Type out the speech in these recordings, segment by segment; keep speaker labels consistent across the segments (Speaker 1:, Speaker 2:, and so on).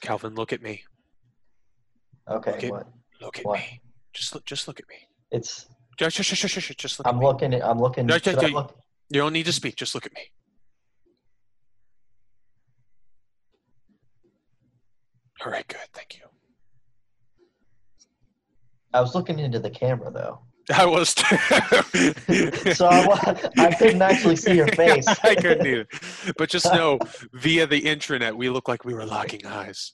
Speaker 1: Calvin, look at me.
Speaker 2: Okay,
Speaker 1: Okay.
Speaker 2: what?
Speaker 1: Look at
Speaker 2: What?
Speaker 1: me. Just look. Just look at me.
Speaker 2: It's
Speaker 1: Just, just, just, just, just look.
Speaker 2: I'm
Speaker 1: at me.
Speaker 2: looking at I'm looking.
Speaker 1: No,
Speaker 2: should
Speaker 1: no, no,
Speaker 2: I look?
Speaker 1: You don't need to speak. Just look at me. All right. Good. Thank you.
Speaker 2: I was looking into the camera though,
Speaker 1: I was.
Speaker 2: so I, wa- I couldn't actually see your face.
Speaker 1: I couldn't e- either. But just know, via the intranet, we look like we were locking eyes.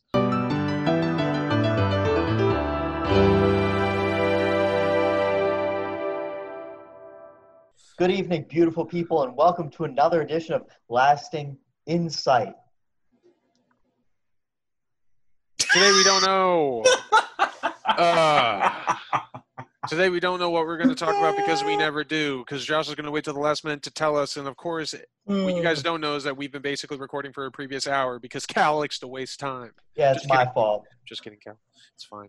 Speaker 2: Good evening, beautiful people, and welcome to another edition of Lasting Insight.
Speaker 1: Today we don't know. Uh, today we don't know what we're going to talk about because we never do. Because Josh is going to wait till the last minute to tell us. And of course, what you guys don't know is that we've been basically recording for a previous hour because Cal likes to waste time.
Speaker 2: yeah, it's
Speaker 1: just
Speaker 2: my
Speaker 1: kidding.
Speaker 2: fault.
Speaker 1: Just kidding, Cal. It's fine.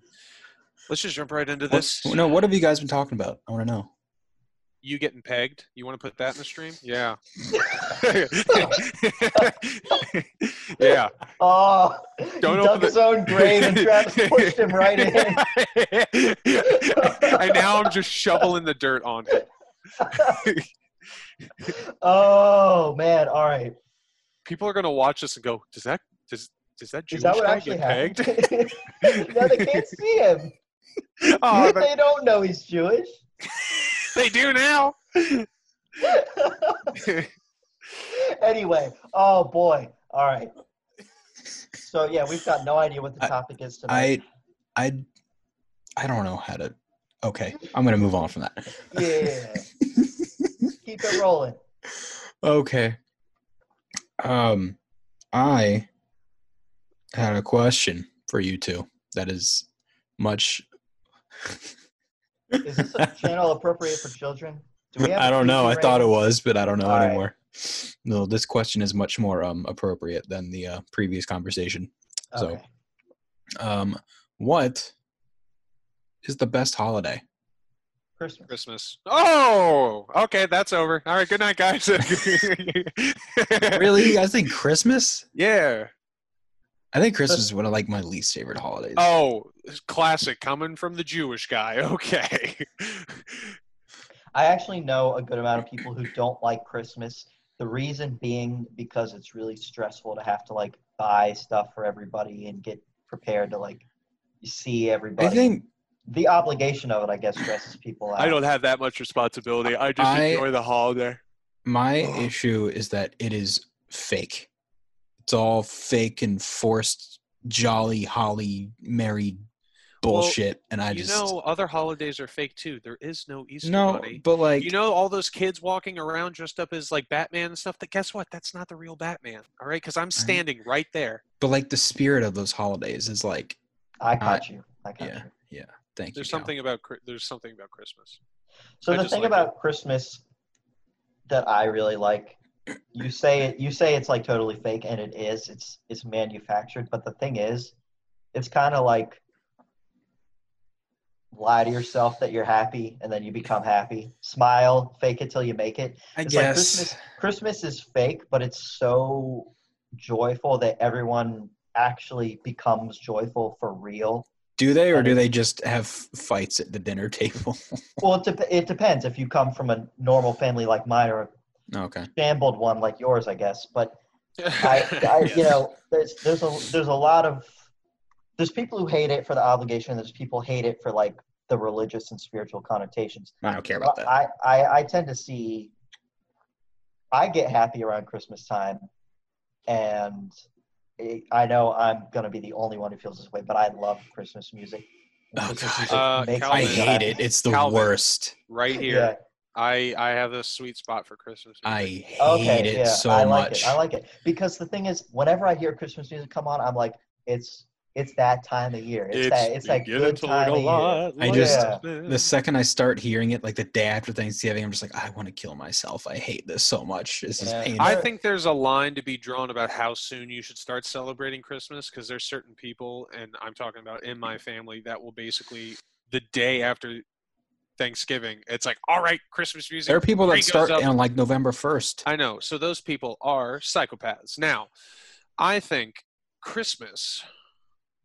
Speaker 1: Let's just jump right into
Speaker 3: What-
Speaker 1: this.
Speaker 3: no, what have you guys been talking about? I want to know.
Speaker 1: You getting pegged? You want to put that in the stream? Yeah. yeah.
Speaker 2: Oh,
Speaker 1: Don't
Speaker 2: he dug
Speaker 1: open
Speaker 2: his own grave and Travis pushed him right in.
Speaker 1: and now I'm just shoveling the dirt on him.
Speaker 2: Oh man! All right,
Speaker 1: People are gonna watch this and go, "Does that does does that Jewish
Speaker 2: is that what
Speaker 1: guy
Speaker 2: actually
Speaker 1: get pegged?"
Speaker 2: happened? no, they can't see him.
Speaker 1: oh, but
Speaker 2: they don't know he's Jewish.
Speaker 1: they do now.
Speaker 2: anyway, oh boy. All right. So yeah, we've got no idea what the
Speaker 3: I-
Speaker 2: topic is tonight.
Speaker 3: I, I, I don't know how to. Okay, I'm gonna move on from that.
Speaker 2: yeah. Keep it rolling.
Speaker 3: Okay. Um, I had a question for you two. That is much.
Speaker 2: Is this a channel appropriate for children? Do we have
Speaker 3: I
Speaker 2: a
Speaker 3: don't know. I
Speaker 2: PG
Speaker 3: thought it
Speaker 2: rating?
Speaker 3: was, but I don't know
Speaker 2: All right.
Speaker 3: anymore. No, this question is much more um appropriate than the uh, previous conversation. was, so.
Speaker 2: Okay.
Speaker 3: Um, what is the best holiday?
Speaker 2: Christmas.
Speaker 1: Christmas. Oh, okay, that's over. All right, good night, guys.
Speaker 3: Really, I think Christmas.
Speaker 1: Yeah.
Speaker 3: I think Christmas is one of like my least favorite holidays.
Speaker 1: Oh, classic coming from the Jewish guy. Okay.
Speaker 2: I actually know a good amount of people who don't like Christmas. The reason being because it's really stressful to have to like buy stuff for everybody and get prepared to like see everybody.
Speaker 3: I think
Speaker 2: the obligation of it, I guess, stresses people out.
Speaker 1: I don't have that much responsibility. I just
Speaker 3: I-
Speaker 1: enjoy the holiday.
Speaker 3: my issue is that it is fake. It's all fake and forced, jolly, holly, merry
Speaker 1: Well,
Speaker 3: bullshit. and I
Speaker 1: you
Speaker 3: just
Speaker 1: know, other holidays are fake too. There is no Easter
Speaker 3: no,
Speaker 1: bunny.
Speaker 3: but like
Speaker 1: you know, all those kids walking around dressed up as like Batman and stuff. That guess what? That's not the real Batman. All right, because I'm standing right there.
Speaker 3: but like the spirit of those holidays is like
Speaker 2: I caught you. I caught
Speaker 3: yeah,
Speaker 2: you.
Speaker 3: yeah. Thank
Speaker 1: There's
Speaker 3: you. Cal.
Speaker 1: something about Chri- there's something about Christmas.
Speaker 2: So
Speaker 1: I
Speaker 2: the
Speaker 1: just
Speaker 2: thing
Speaker 1: like
Speaker 2: about Christmas that I really like, you say it, you say it's like totally fake, and it is. It's it's manufactured. But the thing is, it's kind of like lie to yourself that you're happy, and then you become happy. Smile, fake it till you make it.
Speaker 3: I
Speaker 2: It's like
Speaker 3: guess
Speaker 2: Christmas is fake, but it's so joyful that everyone actually becomes joyful for real
Speaker 3: do they or
Speaker 2: that
Speaker 3: do
Speaker 2: is-
Speaker 3: they just have fights at the dinner table?
Speaker 2: Well, it, dep it depends. If you come from a normal family like mine or a
Speaker 3: okay.
Speaker 2: shambled one like yours, I guess. But I, I you know, there's there's a there's a lot of there's people who hate it for the obligation. There's people hate it for like the religious and spiritual connotations.
Speaker 3: I don't care about that.
Speaker 2: I, I I tend to see. I get happy around Christmas time, and it, I know I'm gonna be the only one who feels this way. But I love Christmas music.
Speaker 3: Oh,
Speaker 2: Christmas
Speaker 3: God.
Speaker 2: music
Speaker 1: Uh,
Speaker 2: makes
Speaker 1: Calvin,
Speaker 3: I
Speaker 2: me
Speaker 3: hate
Speaker 2: happy.
Speaker 3: it. It's the
Speaker 1: Calvin.
Speaker 3: worst.
Speaker 1: right here.
Speaker 2: Yeah.
Speaker 1: I I have a sweet spot for Christmas.
Speaker 3: I
Speaker 1: music.
Speaker 3: hate
Speaker 2: Okay,
Speaker 3: it
Speaker 2: yeah,
Speaker 3: so
Speaker 2: I like
Speaker 3: much.
Speaker 2: it. I like it because the thing is, whenever I hear Christmas music come on, I'm like, it's it's that time of year. It's, that it's that
Speaker 1: beginning
Speaker 2: good
Speaker 1: to
Speaker 2: time
Speaker 1: look
Speaker 2: of
Speaker 1: a
Speaker 2: year.
Speaker 1: lot
Speaker 3: I
Speaker 1: like
Speaker 3: just-
Speaker 1: Christmas.
Speaker 3: the second I start hearing it, like the day after Thanksgiving, I'm just like, I want to kill myself. I hate this so much. This
Speaker 2: Yeah.
Speaker 3: is painful.
Speaker 1: I think there's a line to be drawn about how soon you should start celebrating Christmas because there's certain people, and I'm talking about in my family, that will basically the day after Thanksgiving, it's like, all right, Christmas music.
Speaker 3: there are people that
Speaker 1: It goes
Speaker 3: start
Speaker 1: up-
Speaker 3: on like November 1st.
Speaker 1: I know. So those people are psychopaths. Now, I think Christmas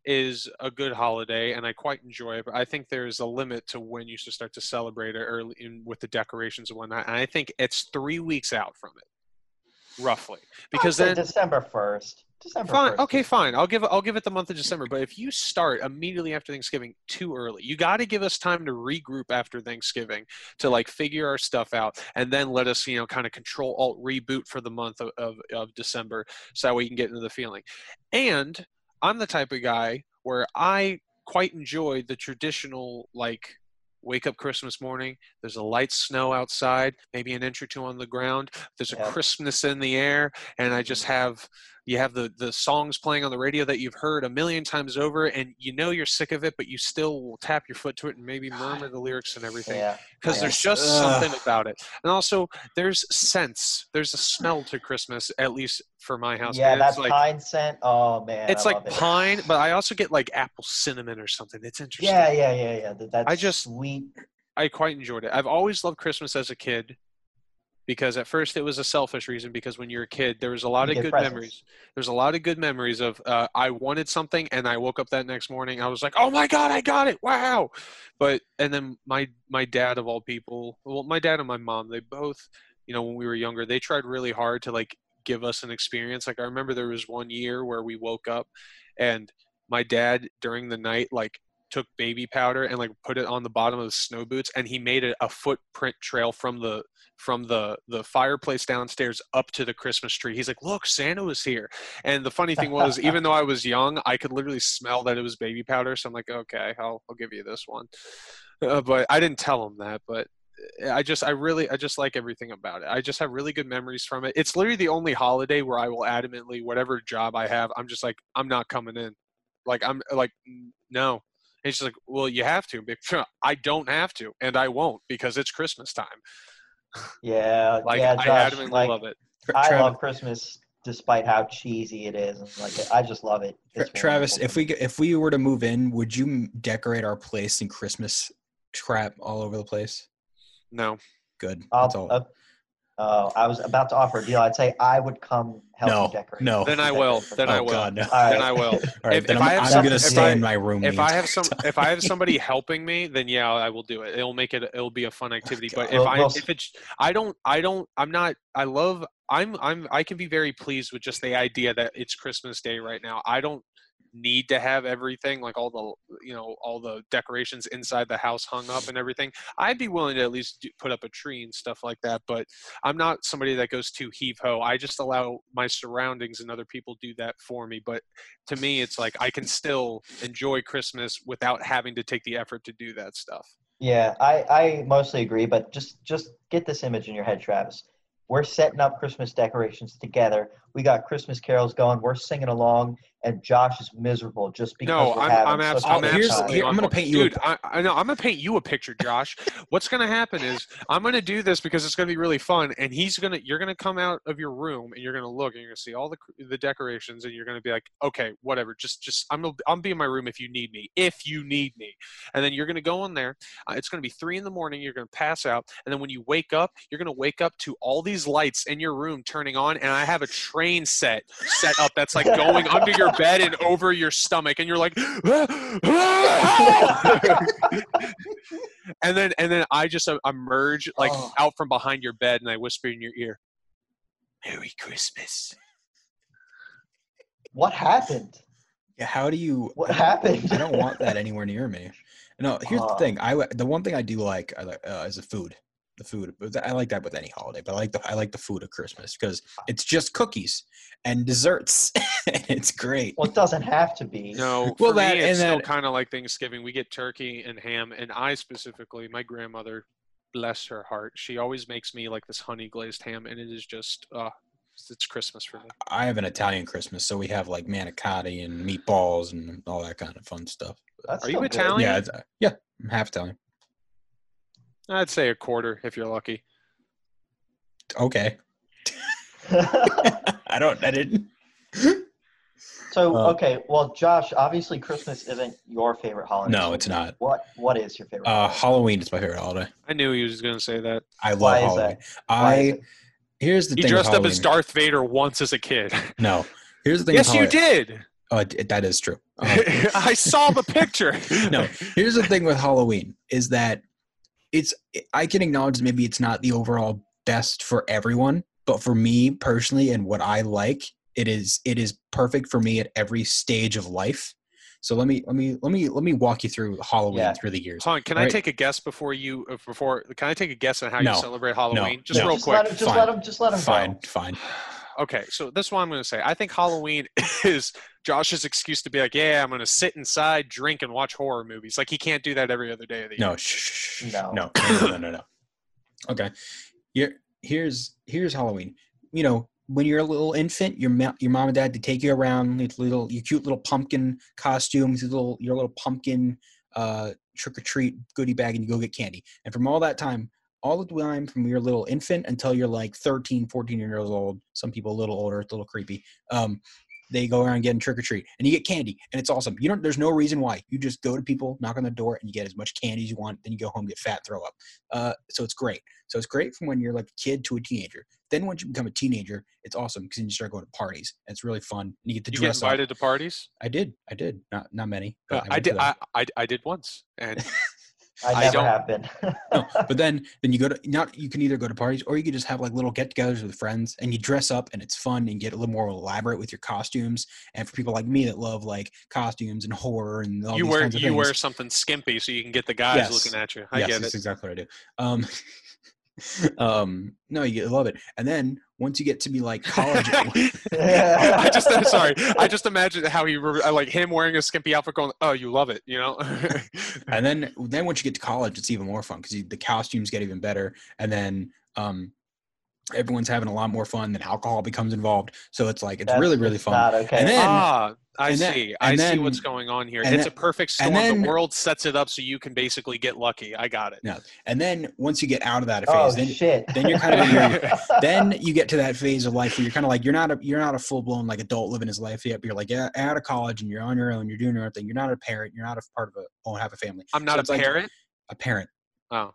Speaker 1: is a good holiday and I quite enjoy it. But I think there's a limit to when you should start to celebrate it early in, with the decorations and whatnot. And I think it's three weeks out from it, roughly, because
Speaker 2: I'd say
Speaker 1: then.
Speaker 2: December first. December
Speaker 1: Fine.
Speaker 2: 1st.
Speaker 1: Okay, fine. I'll give I'll give it the month of December. But if you start immediately after Thanksgiving too early, you got to give us time to regroup after Thanksgiving to like figure our stuff out, and then let us you know kind of control alt reboot for the month of, of, of December, so that way you can get into the feeling. And I'm the type of guy where I quite enjoy the traditional like wake up Christmas morning. There's a light snow outside, maybe an inch or two on the ground. There's a
Speaker 2: Yeah.
Speaker 1: crispness in the air, and I
Speaker 2: Mm-hmm.
Speaker 1: just have you have the the songs playing on the radio that you've heard a million times over, and you know you're sick of it, but you still will tap your foot to it and maybe murmur the lyrics and everything
Speaker 2: Yeah.
Speaker 1: because
Speaker 2: Yeah.
Speaker 1: there's just
Speaker 3: Ugh.
Speaker 1: something about it. And also, there's scents. There's a smell to Christmas, at least for my house.
Speaker 2: Yeah,
Speaker 1: and it's
Speaker 2: that
Speaker 1: like
Speaker 2: pine scent. Oh man,
Speaker 1: it's
Speaker 2: I
Speaker 1: like
Speaker 2: love it.
Speaker 1: pine, but I also get like apple cinnamon or something. It's interesting.
Speaker 2: Yeah, yeah, yeah, yeah. That, that's
Speaker 1: I just-
Speaker 2: sweet.
Speaker 1: I quite enjoyed it. I've always loved Christmas as a kid because at first it was a selfish reason because when you're a kid there was a lot
Speaker 2: You
Speaker 1: of
Speaker 2: get
Speaker 1: good
Speaker 2: presents.
Speaker 1: memories. There's a lot of good memories of uh, I wanted something and I woke up that next morning I was like, "Oh my god, I got it. Wow." But and then my my dad of all people, well my dad and my mom, they both, you know, when we were younger, they tried really hard to like give us an experience. Like I remember there was one year where we woke up and my dad during the night like took baby powder and like put it on the bottom of his snow boots and he made a, a footprint trail from the from the the fireplace downstairs up to the christmas tree he's like look santa was here and the funny thing was even though i was young i could literally smell that it was baby powder so i'm like okay i'll, I'll give you this one uh, but i didn't tell him that but i just i really i just like everything about it i just have really good memories from it it's literally the only holiday where i will adamantly whatever job i have i'm just like i'm not coming in like i'm like "N- no and she's like, "Well, you have to." But, I don't have to, and I won't because it's Christmas time.
Speaker 2: Yeah,
Speaker 1: Like
Speaker 2: yeah.
Speaker 1: I
Speaker 2: Josh,
Speaker 1: adamantly
Speaker 2: like,
Speaker 1: love it.
Speaker 3: Tra-
Speaker 2: I
Speaker 3: Travis,
Speaker 2: love Christmas despite how cheesy it is. and, Like I just love it.
Speaker 3: Tra-
Speaker 2: It's
Speaker 3: Travis,
Speaker 2: wonderful.
Speaker 3: if we g- if we were to move in, would you m- decorate our place in Christmas crap all over the place?
Speaker 1: No,
Speaker 3: Good.
Speaker 2: I'll-
Speaker 3: That's all.
Speaker 2: uh, oh, I was about to offer a deal. I'd say I would come help
Speaker 3: No,
Speaker 2: you decorate.
Speaker 3: no.
Speaker 1: then I will. Then I
Speaker 3: Oh,
Speaker 1: will.
Speaker 3: God, no.
Speaker 2: All
Speaker 1: Then I will.
Speaker 3: all right,
Speaker 1: if-
Speaker 3: then
Speaker 1: if I
Speaker 3: I'm,
Speaker 1: have
Speaker 3: I'm
Speaker 1: some-
Speaker 3: gonna
Speaker 1: if
Speaker 3: stay
Speaker 1: I-
Speaker 3: in my room.
Speaker 1: If
Speaker 3: the
Speaker 1: I have some,
Speaker 3: entire time.
Speaker 1: if I have somebody helping me, then yeah, I will do it. It'll make it. It'll be a fun activity. but if
Speaker 2: Well,
Speaker 1: I,
Speaker 2: well-
Speaker 1: if it's, I don't, I don't, I'm not. I love. I'm, I'm. I can be very pleased with just the idea that it's Christmas Day right now. I don't need to have everything like all the you know all the decorations inside the house hung up and everything i'd be willing to at least do, put up a tree and stuff like that but i'm not somebody that goes too heave ho i just allow my surroundings and other people do that for me but to me it's like i can still enjoy christmas without having to take the effort to do that stuff
Speaker 2: Yeah, I, I mostly agree, but just just get this image in your head, Travis. We're setting up Christmas decorations together. We got Christmas carols going. We're singing along, and Josh is miserable just because
Speaker 1: no
Speaker 2: we're
Speaker 1: i'm,
Speaker 2: having
Speaker 1: I'm, abs-
Speaker 2: such a
Speaker 1: I'm
Speaker 2: good
Speaker 3: here's-
Speaker 2: time.
Speaker 1: absolutely
Speaker 3: here, I'm
Speaker 1: on
Speaker 3: gonna
Speaker 1: board.
Speaker 3: paint you a-
Speaker 1: dude I I know i'm gonna paint you a picture josh what's gonna happen is i'm gonna do this because it's gonna be really fun and he's gonna you're gonna come out of your room and you're gonna look and you're gonna see all the cr- the decorations and you're gonna be like okay whatever just just i'm gonna i'm be in my room if you need me if you need me and then you're gonna go in there uh, it's gonna be three in the morning you're gonna pass out and then when you wake up you're gonna wake up to all these lights in your room turning on and i have a train set set up that's like going under your bed and over your stomach and you're like and then and then i just uh, emerge like
Speaker 2: Oh.
Speaker 1: out from behind your bed and i whisper in your ear merry christmas
Speaker 2: What happened?
Speaker 3: Yeah, how do you?
Speaker 2: What
Speaker 3: I don't-
Speaker 2: happened?
Speaker 3: I don't want that anywhere near me. No, here's the
Speaker 2: Uh.
Speaker 3: thing. I w- the one thing I do like I li- uh, is the food. The food. But th- I like that with any holiday, but I like the I like the food of Christmas because it's just cookies and desserts, and it's great.
Speaker 2: Well, it doesn't have to be.
Speaker 1: No,
Speaker 3: Well,
Speaker 1: for
Speaker 3: that-
Speaker 1: me,
Speaker 3: and
Speaker 1: it's still
Speaker 3: that-
Speaker 1: kind of like Thanksgiving. We get turkey and ham, and I specifically, my grandmother, bless her heart, she always makes me like this honey glazed ham, and it is just, uh, it's Christmas for me.
Speaker 3: I have an Italian Christmas, so we have like manicotti and meatballs and all that kind of fun stuff.
Speaker 2: That's
Speaker 1: Are you
Speaker 2: still good.
Speaker 1: Italian?
Speaker 3: Yeah, it's- uh, yeah, I'm half Italian.
Speaker 1: I'd say a quarter if you're lucky.
Speaker 3: Okay, I don't. I didn't.
Speaker 2: so
Speaker 3: Uh.
Speaker 2: okay, well, Josh, obviously Christmas isn't your favorite holiday.
Speaker 3: No,
Speaker 2: so
Speaker 3: it's not.
Speaker 2: What What is your favorite?
Speaker 3: Uh,
Speaker 2: holiday?
Speaker 3: Halloween is my favorite holiday.
Speaker 1: I knew he was going to say that.
Speaker 3: I love
Speaker 2: Why is
Speaker 3: Halloween.
Speaker 2: that? Why
Speaker 3: I
Speaker 2: is it?
Speaker 3: here's the
Speaker 1: He
Speaker 3: thing. with
Speaker 1: dressed up as
Speaker 3: Halloween.
Speaker 1: Darth Vader once as a kid.
Speaker 3: No, here's the thing. with
Speaker 1: yes, you
Speaker 3: Halloween.
Speaker 1: did.
Speaker 3: Oh, it- that is true. Um,
Speaker 1: I saw the picture.
Speaker 3: No. here's the thing with Halloween is that it's I can acknowledge maybe it's not the overall best for everyone, but for me personally and what I like, it is it is perfect for me at every stage of life. So let me let me let me let me walk you through Halloween
Speaker 2: Yeah.
Speaker 3: through the years.
Speaker 1: Hold on, can I
Speaker 3: Right.
Speaker 1: take a guess before you? uh, Before can I take a guess on how
Speaker 3: No.
Speaker 1: you celebrate Halloween? Just
Speaker 3: No.
Speaker 1: real
Speaker 2: just
Speaker 1: quick.
Speaker 2: Let him, just
Speaker 3: Fine.
Speaker 2: let him. Just let him.
Speaker 3: Fine,
Speaker 2: Go.
Speaker 3: fine.
Speaker 1: Okay, so this is what I'm going to say. I think Halloween is Josh's excuse to be like, yeah, I'm going to sit inside, drink, and watch horror movies. Like he can't do that every other day of the year.
Speaker 3: No, shh, shh, shh, shh.
Speaker 2: No.
Speaker 3: no, no, no, no, no, no. Okay, here, here's here's Halloween. You know, when you're a little infant, your ma- your mom and dad they take you around with little your cute little pumpkin costumes, your little your little pumpkin uh, trick or treat goodie bag, and you go get candy. And from all that time, all the time from your little infant until you're like 13, 14 years old. Some people a little older, it's a little creepy. Um, they go around getting trick or treat, and you get candy, and it's awesome. You don't. There's no reason why. You just go to people, knock on the door, and you get as much candy as you want. Then you go home, get fat, throw up. Uh, so it's great. So it's great from when you're like a kid to a teenager. Then once you become a teenager, it's awesome because you start going to parties. And it's really fun, and you get to
Speaker 1: You get
Speaker 3: dress
Speaker 1: invited
Speaker 3: up.
Speaker 1: to parties?
Speaker 3: I did. I did. Not not many.
Speaker 1: Uh,
Speaker 3: but
Speaker 1: I
Speaker 3: went to
Speaker 1: did.
Speaker 3: them.
Speaker 1: I, I I did once, and I
Speaker 2: I never
Speaker 1: don't-
Speaker 2: have been.
Speaker 3: no, but then then you go to not you can either go to parties or you can just have like little get-togethers with friends and you dress up and it's fun and get a little more elaborate with your costumes. And for people like me that love like costumes and horror and all
Speaker 1: you
Speaker 3: these
Speaker 1: wear
Speaker 3: kinds of
Speaker 1: you
Speaker 3: things.
Speaker 1: wear something skimpy so you can get the guys
Speaker 3: Yes.
Speaker 1: looking at you. I
Speaker 3: yes,
Speaker 1: get
Speaker 3: that's
Speaker 1: it.
Speaker 3: exactly what I do. Um, um, no, you get- love it. And then once you get to be like college,
Speaker 1: I just sorry. I just imagined how he re- like him wearing a skimpy outfit, going, "Oh, you love it," you know.
Speaker 3: and then then once you get to college, it's even more fun because the costumes get even better, and then um, everyone's having a lot more fun. Then alcohol becomes involved, so it's like it's
Speaker 2: That's-
Speaker 3: really really
Speaker 2: it's
Speaker 3: fun.
Speaker 2: Not okay.
Speaker 3: And then-
Speaker 1: ah, I
Speaker 3: and then-
Speaker 1: see.
Speaker 3: and
Speaker 1: I see
Speaker 3: then-
Speaker 1: what's going on here. It's
Speaker 3: and
Speaker 1: a
Speaker 3: then-
Speaker 1: perfect storm.
Speaker 3: and
Speaker 1: the
Speaker 3: then-
Speaker 1: world sets it up so you can basically get lucky. I got it.
Speaker 3: And then once you get out of that phase,
Speaker 2: oh
Speaker 3: then
Speaker 2: shit.
Speaker 3: then you're kind of in your- then you get to that phase of life where you're kind of like you're not a you're not a full blown like adult living his life yet. But you're like yeah, out of college and you're on your own. You're doing your own thing. You're not a parent. You're not a part of a own have a family.
Speaker 1: I'm not
Speaker 3: So
Speaker 1: a
Speaker 3: it's like-
Speaker 1: parent.
Speaker 3: A parent.
Speaker 1: Oh,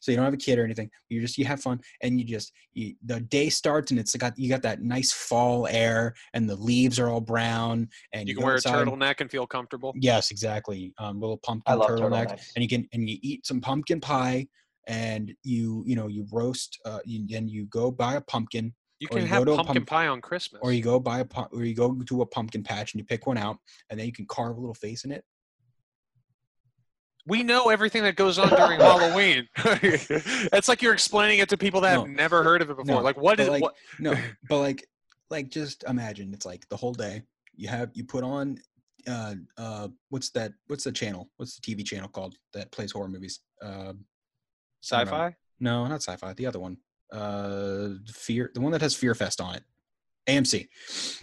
Speaker 3: So you don't have a kid or anything. You just you have fun and you just you, the day starts and it's got you got that nice fall air and the leaves are all brown and
Speaker 1: you can
Speaker 3: go
Speaker 1: wear a
Speaker 3: outside.
Speaker 1: turtleneck and feel comfortable.
Speaker 3: Yes, exactly. Um, little
Speaker 2: I
Speaker 3: pumpkin
Speaker 2: love
Speaker 3: turtleneck
Speaker 2: turtlenecks.
Speaker 3: and you can and you eat some pumpkin pie and you you know you roast uh you, and you go buy a pumpkin
Speaker 1: You
Speaker 3: Or
Speaker 1: can
Speaker 3: you go
Speaker 1: have
Speaker 3: to a
Speaker 1: pumpkin
Speaker 3: pump-
Speaker 1: pie on Christmas.
Speaker 3: or you go buy a pu- or you go to a pumpkin patch and you pick one out and then you can carve a little face in it
Speaker 1: we know everything that goes on during Halloween. it's like you're explaining it to people that
Speaker 3: No.
Speaker 1: have never heard of it before.
Speaker 3: No,
Speaker 1: Like what
Speaker 3: but
Speaker 1: is
Speaker 3: like-
Speaker 1: what?
Speaker 3: no but like like just imagine it's like the whole day you have you put on uh uh what's that what's the channel what's the tv channel called that plays horror movies uh I don't know.
Speaker 1: Sci-fi?
Speaker 3: no not sci-fi the other one uh fear the one that has fear fest on it amc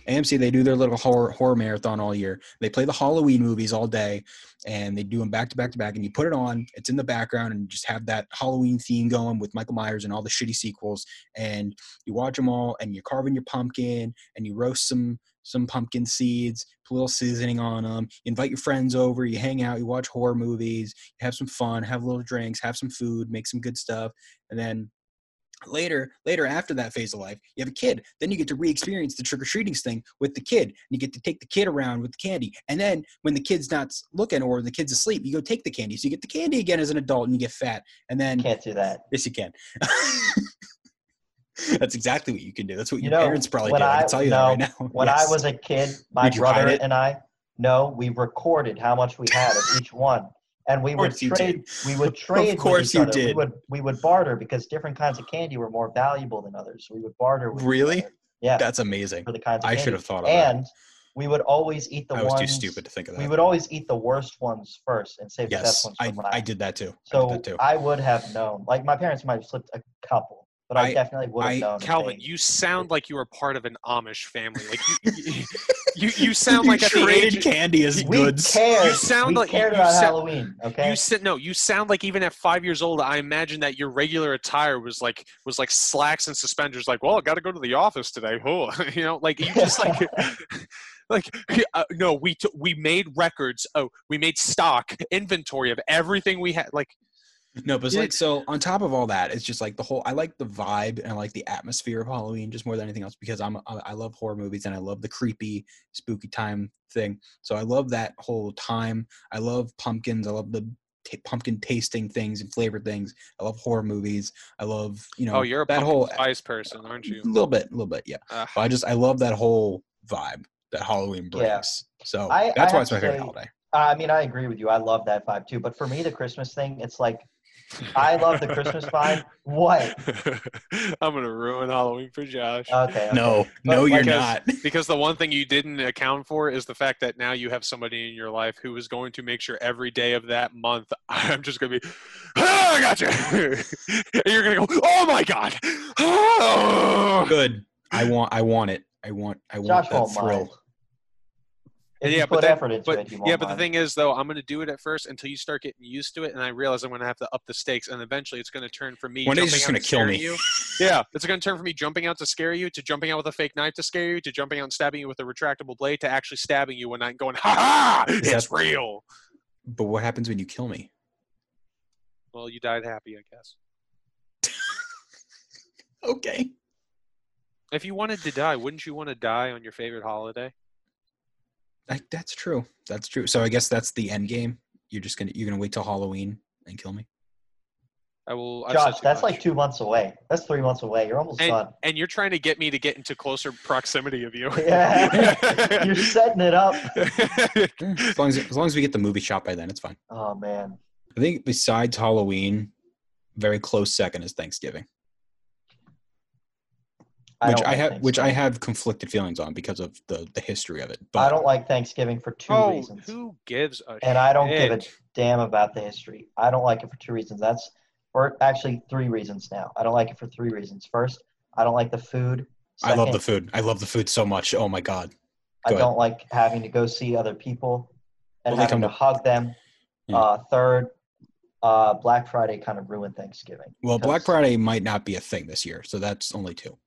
Speaker 3: amc they do their little horror horror marathon all year they play the halloween movies all day and they do them back to back to back and you put it on it's in the background and you just have that halloween theme going with michael myers and all the shitty sequels and you watch them all and you're carving your pumpkin and you roast some some pumpkin seeds put a little seasoning on them you invite your friends over you hang out you watch horror movies you have some fun have little drinks have some food make some good stuff and then later later after that phase of life you have a kid then you get to re-experience the trick-or-treating thing with the kid and you get to take the kid around with the candy and then when the kid's not s- looking or the kid's asleep you go take the candy so you get the candy again as an adult and you get fat and then
Speaker 2: Can't do that.
Speaker 3: yes you can that's exactly what you can do that's what
Speaker 2: You
Speaker 3: your
Speaker 2: know,
Speaker 3: parents probably
Speaker 2: when
Speaker 3: did i
Speaker 2: I-
Speaker 3: can tell you
Speaker 2: no,
Speaker 3: that right now
Speaker 2: When
Speaker 3: Yes.
Speaker 2: I was a kid, my
Speaker 3: Did you hide
Speaker 2: brother
Speaker 3: it?
Speaker 2: and I, no, we recorded how much we had of each one, and we
Speaker 3: Of
Speaker 2: would
Speaker 3: course you
Speaker 2: trade. We would trade. with
Speaker 3: course
Speaker 2: each
Speaker 3: you
Speaker 2: other. We
Speaker 3: did.
Speaker 2: would we would barter because different kinds of candy were more valuable than others. We would barter. With each
Speaker 3: Really?
Speaker 2: other. Yeah.
Speaker 3: that's amazing
Speaker 2: for the kinds of
Speaker 3: i
Speaker 2: candy.
Speaker 3: should have thought of that
Speaker 2: And we would always eat the
Speaker 3: i was
Speaker 2: ones.
Speaker 3: too stupid to think of
Speaker 2: We
Speaker 3: that
Speaker 2: would always eat the worst ones first and save the best
Speaker 3: yes
Speaker 2: ones
Speaker 3: I,
Speaker 2: for last.
Speaker 3: I did that too i
Speaker 2: So
Speaker 3: did that too
Speaker 2: I would have known. Like my parents might have slipped a couple, but I,
Speaker 3: I-
Speaker 2: definitely would have
Speaker 3: I-
Speaker 2: known. if
Speaker 1: Calvin,
Speaker 2: they-
Speaker 1: you sound like you are part of an Amish family. Like you, you, you, you sound like at the
Speaker 3: traded
Speaker 1: age.
Speaker 3: candy as
Speaker 2: we cared.
Speaker 1: You sound
Speaker 2: we
Speaker 1: like-
Speaker 2: cared
Speaker 1: you
Speaker 2: about
Speaker 1: sound-
Speaker 2: Halloween. Okay.
Speaker 1: You said no. You sound like even at five years old. I imagine that your regular attire was like was like slacks and suspenders. Like, well, I got to go to the office today. Oh, you know, like you just like like uh, no. We t- we made records. Oh, we made stock inventory of everything we had. Like,
Speaker 3: No, but it's
Speaker 1: Yeah.
Speaker 3: like so on top of all that, it's just like the whole I like the vibe and I like the atmosphere of Halloween just more than anything else because I'm I I love horror movies and I love the creepy spooky time thing. So I love that whole time. I love pumpkins. I love the t- pumpkin tasting things and flavored things. I love horror movies. I love, you know,
Speaker 1: oh, you're a
Speaker 3: that
Speaker 1: pumpkin
Speaker 3: whole
Speaker 1: spice person, aren't
Speaker 3: a
Speaker 1: you?
Speaker 3: little bit, a little bit, yeah.
Speaker 1: Ugh.
Speaker 3: But I just I love that whole vibe that Halloween brings.
Speaker 2: Yeah.
Speaker 3: So
Speaker 2: I- I
Speaker 3: that's why
Speaker 2: have
Speaker 3: it's my
Speaker 2: to
Speaker 3: favorite
Speaker 2: say-
Speaker 3: holiday.
Speaker 2: I mean, I agree with you. I love that vibe too. But for me, the Christmas thing, it's like I love the Christmas vibe. What?
Speaker 1: I'm gonna ruin Halloween for Josh.
Speaker 2: Okay. okay.
Speaker 3: No,
Speaker 2: But,
Speaker 3: no,
Speaker 2: like,
Speaker 3: you're
Speaker 1: as-
Speaker 3: not.
Speaker 1: because the one thing you didn't account for is the fact that now you have somebody in your life who is going to make sure every day of that month I'm just going to be, "Ah, I got you. and you're going to go, oh my god. Ah."
Speaker 3: good. I want. I want it. I want. I want
Speaker 2: Josh
Speaker 3: that
Speaker 2: won't
Speaker 3: thrill.
Speaker 2: mind. If
Speaker 1: Yeah,
Speaker 2: you
Speaker 1: but
Speaker 2: put
Speaker 1: that-
Speaker 2: effort into
Speaker 1: but
Speaker 2: it, he won't
Speaker 1: yeah, but the
Speaker 2: mind.
Speaker 1: thing is though, I'm going to do it at first until you start getting used to it, and I realize I'm going to have to up the stakes, and eventually it's going to turn from me.
Speaker 3: One day it's
Speaker 1: jumping
Speaker 3: just
Speaker 1: out
Speaker 3: gonna
Speaker 1: to scare
Speaker 3: kill
Speaker 1: You.
Speaker 3: me.
Speaker 1: Yeah, it's going to turn from me jumping out to scare you to jumping out with a fake knife to scare you to jumping out and stabbing you with a retractable blade to actually stabbing you one night and going, ha ha,
Speaker 3: Is
Speaker 1: it's
Speaker 3: that-
Speaker 1: real.
Speaker 3: But what happens when you kill me?
Speaker 1: Well, you died happy, I guess.
Speaker 3: Okay.
Speaker 1: If you wanted to die, wouldn't you want to die on your favorite holiday?
Speaker 3: I, that's true. That's true. So I guess that's the end game. You're just gonna you're gonna wait till Halloween and kill me.
Speaker 1: I will. I've said
Speaker 2: Josh,
Speaker 1: too
Speaker 2: that's
Speaker 1: much.
Speaker 2: like two months away. That's three months away. You're almost done.
Speaker 1: And you're trying to get me to get into closer proximity of you.
Speaker 2: Yeah. You're setting it up.
Speaker 3: Eh, As long as as long as we get the movie shot by then, it's fine.
Speaker 2: Oh man.
Speaker 3: I think besides Halloween, very close second is Thanksgiving,
Speaker 2: I
Speaker 3: which
Speaker 2: don't
Speaker 3: I,
Speaker 2: like
Speaker 3: have which I
Speaker 2: Thanksgiving.
Speaker 3: have conflicted feelings on because of the the history of it. But
Speaker 2: I don't like Thanksgiving for two
Speaker 1: oh,
Speaker 2: reasons.
Speaker 1: who gives a
Speaker 2: and I don't give a
Speaker 1: shit?
Speaker 2: damn about the history. I don't like it for two reasons. That's or actually three reasons now. I don't like it for three reasons. First, I don't like the food.
Speaker 3: I
Speaker 2: Second,
Speaker 3: love the food. I love the food so much. Oh my god.
Speaker 2: I
Speaker 3: Go ahead.
Speaker 2: don't like having to go see other people and
Speaker 3: Well, they
Speaker 2: having
Speaker 3: come
Speaker 2: to
Speaker 3: to-
Speaker 2: hug them.
Speaker 3: Yeah.
Speaker 2: Uh, third, uh, Black Friday kind of ruined Thanksgiving.
Speaker 3: Well, Black
Speaker 2: because-
Speaker 3: Friday might not be a thing this year, so that's only two.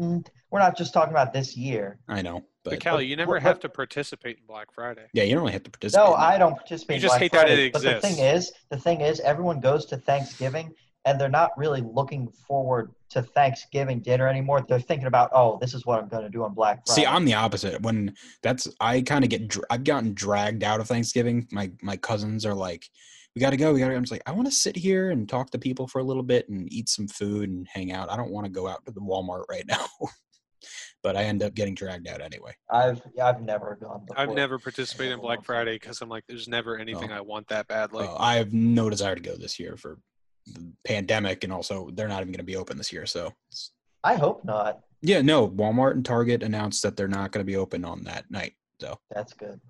Speaker 2: Mm, We're not just talking about this year.
Speaker 3: I know, but
Speaker 1: But Cal, you never
Speaker 2: What-
Speaker 1: have to participate in Black Friday.
Speaker 3: yeah, you don't really have to participate.
Speaker 2: No,
Speaker 3: in it.
Speaker 2: I don't participate.
Speaker 1: You
Speaker 2: in
Speaker 1: just
Speaker 2: Black
Speaker 1: hate that it
Speaker 2: Friday, But the
Speaker 1: exists.
Speaker 2: thing is, the thing is, everyone goes to Thanksgiving and they're not really looking forward to Thanksgiving dinner anymore. They're thinking about, oh, this is what I'm going to do on Black Friday.
Speaker 3: See, I'm the opposite. When that's I kind of get dr- I've gotten dragged out of Thanksgiving. My my cousins are like, "We got to go. We got to." I'm just like, I want to sit here and talk to people for a little bit and eat some food and hang out. I don't want to go out to the Walmart right now. but I end up getting dragged out anyway.
Speaker 2: I've I've never gone before.
Speaker 1: I've never participated in Black
Speaker 2: Oh.
Speaker 1: Friday because I'm like, there's never anything
Speaker 3: Oh.
Speaker 1: I want that badly.
Speaker 3: Uh, I have no desire to go this year for the pandemic, and also they're not even going to be open this year. So it's-
Speaker 2: I hope not.
Speaker 3: yeah, no, Walmart and Target announced that they're not going to be open on that night. So
Speaker 2: That's good.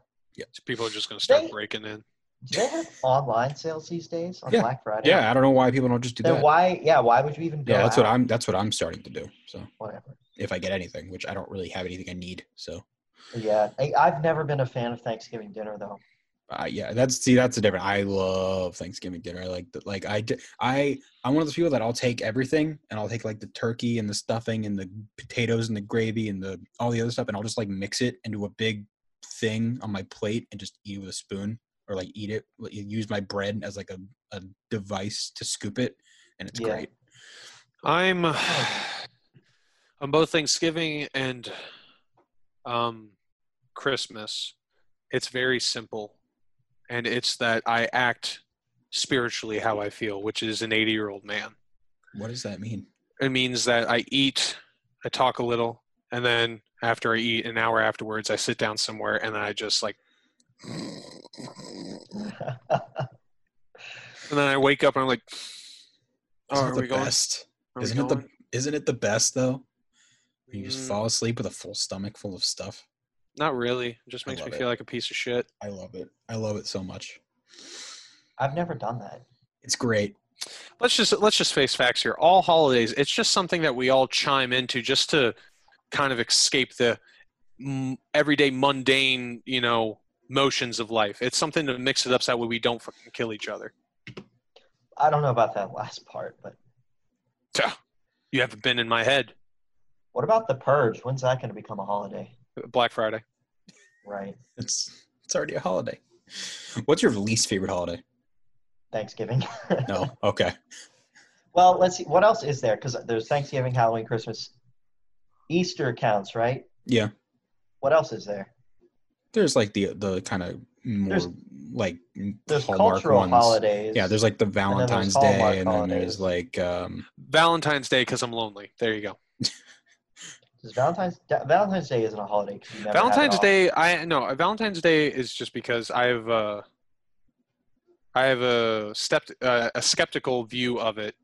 Speaker 1: People are just going to start
Speaker 2: They-
Speaker 1: breaking in.
Speaker 2: Do they have online sales these days on
Speaker 3: Yeah.
Speaker 2: Black Friday?
Speaker 3: yeah, I don't know why people don't just do
Speaker 2: Then
Speaker 3: that.
Speaker 2: why? Yeah. Why would you even go?
Speaker 3: yeah, that's what
Speaker 2: out?
Speaker 3: I'm. That's what I'm starting to do. So.
Speaker 2: Whatever.
Speaker 3: if I get anything, which I don't really have anything I need. So,
Speaker 2: Yeah. I, I've never been a fan of Thanksgiving dinner though.
Speaker 3: uh, yeah, that's see, that's the different. I love Thanksgiving dinner. I like the, like I di- I I'm one of those people that I'll take everything and I'll take like the turkey and the stuffing and the potatoes and the gravy and the all the other stuff and I'll just like mix it into a big thing on my plate and just eat it with a spoon or like eat it like, use my bread as like a a device to scoop it and it's
Speaker 2: Yeah.
Speaker 3: great.
Speaker 1: I'm on both Thanksgiving and um, Christmas. It's very simple, and it's that I act spiritually how I feel, which is an 80 year old man.
Speaker 3: What does that mean?
Speaker 1: It means that I eat, I talk a little, and then after I eat, an hour afterwards, I sit down somewhere and then I just like, and then I wake up and I'm like, oh,
Speaker 3: Isn't
Speaker 1: are
Speaker 3: it the
Speaker 1: we going?
Speaker 3: best?
Speaker 1: Are we
Speaker 3: Isn't it the
Speaker 1: going?
Speaker 3: isn't it the best though? You just
Speaker 1: Mm,
Speaker 3: fall asleep with a full stomach full of stuff.
Speaker 1: Not really. It just
Speaker 3: I
Speaker 1: makes me
Speaker 3: love
Speaker 1: feel
Speaker 3: it.
Speaker 1: like a piece of shit.
Speaker 3: I love it. I love it so much.
Speaker 2: I've never done that.
Speaker 3: It's great.
Speaker 1: let's just let's just face facts here. All holidays, it's just something that we all chime into just to kind of escape the mm, everyday mundane, you know, motions of life. It's something to mix it up so that way we don't fucking kill each other.
Speaker 2: I don't know about that last part, but
Speaker 1: Tuh. You haven't been in my head.
Speaker 2: what about the purge? When's that going to become a holiday?
Speaker 1: Black Friday.
Speaker 2: Right.
Speaker 3: It's it's already a holiday. What's your least favorite holiday?
Speaker 2: Thanksgiving.
Speaker 3: No. Okay.
Speaker 2: well, let's see. What else is there? Because there's Thanksgiving, Halloween, Christmas, Easter accounts, right?
Speaker 3: Yeah.
Speaker 2: What else is there?
Speaker 3: There's like the the kind of more
Speaker 2: There's-
Speaker 3: like
Speaker 2: There's
Speaker 3: hallmark
Speaker 2: cultural
Speaker 3: ones.
Speaker 2: holidays.
Speaker 3: Yeah, there's like the
Speaker 2: then there's
Speaker 3: Valentine's
Speaker 2: Hallmark
Speaker 3: Day, and then
Speaker 2: holidays.
Speaker 3: there's like um,
Speaker 1: Valentine's Day because I'm lonely. There you go.
Speaker 2: Does Valentine's Da- Valentine's Day isn't a holiday. 'cause you never have it
Speaker 1: Valentine's
Speaker 2: off.
Speaker 1: Day, I no. Valentine's Day is just because I have uh, I have a step uh, a skeptical view of it,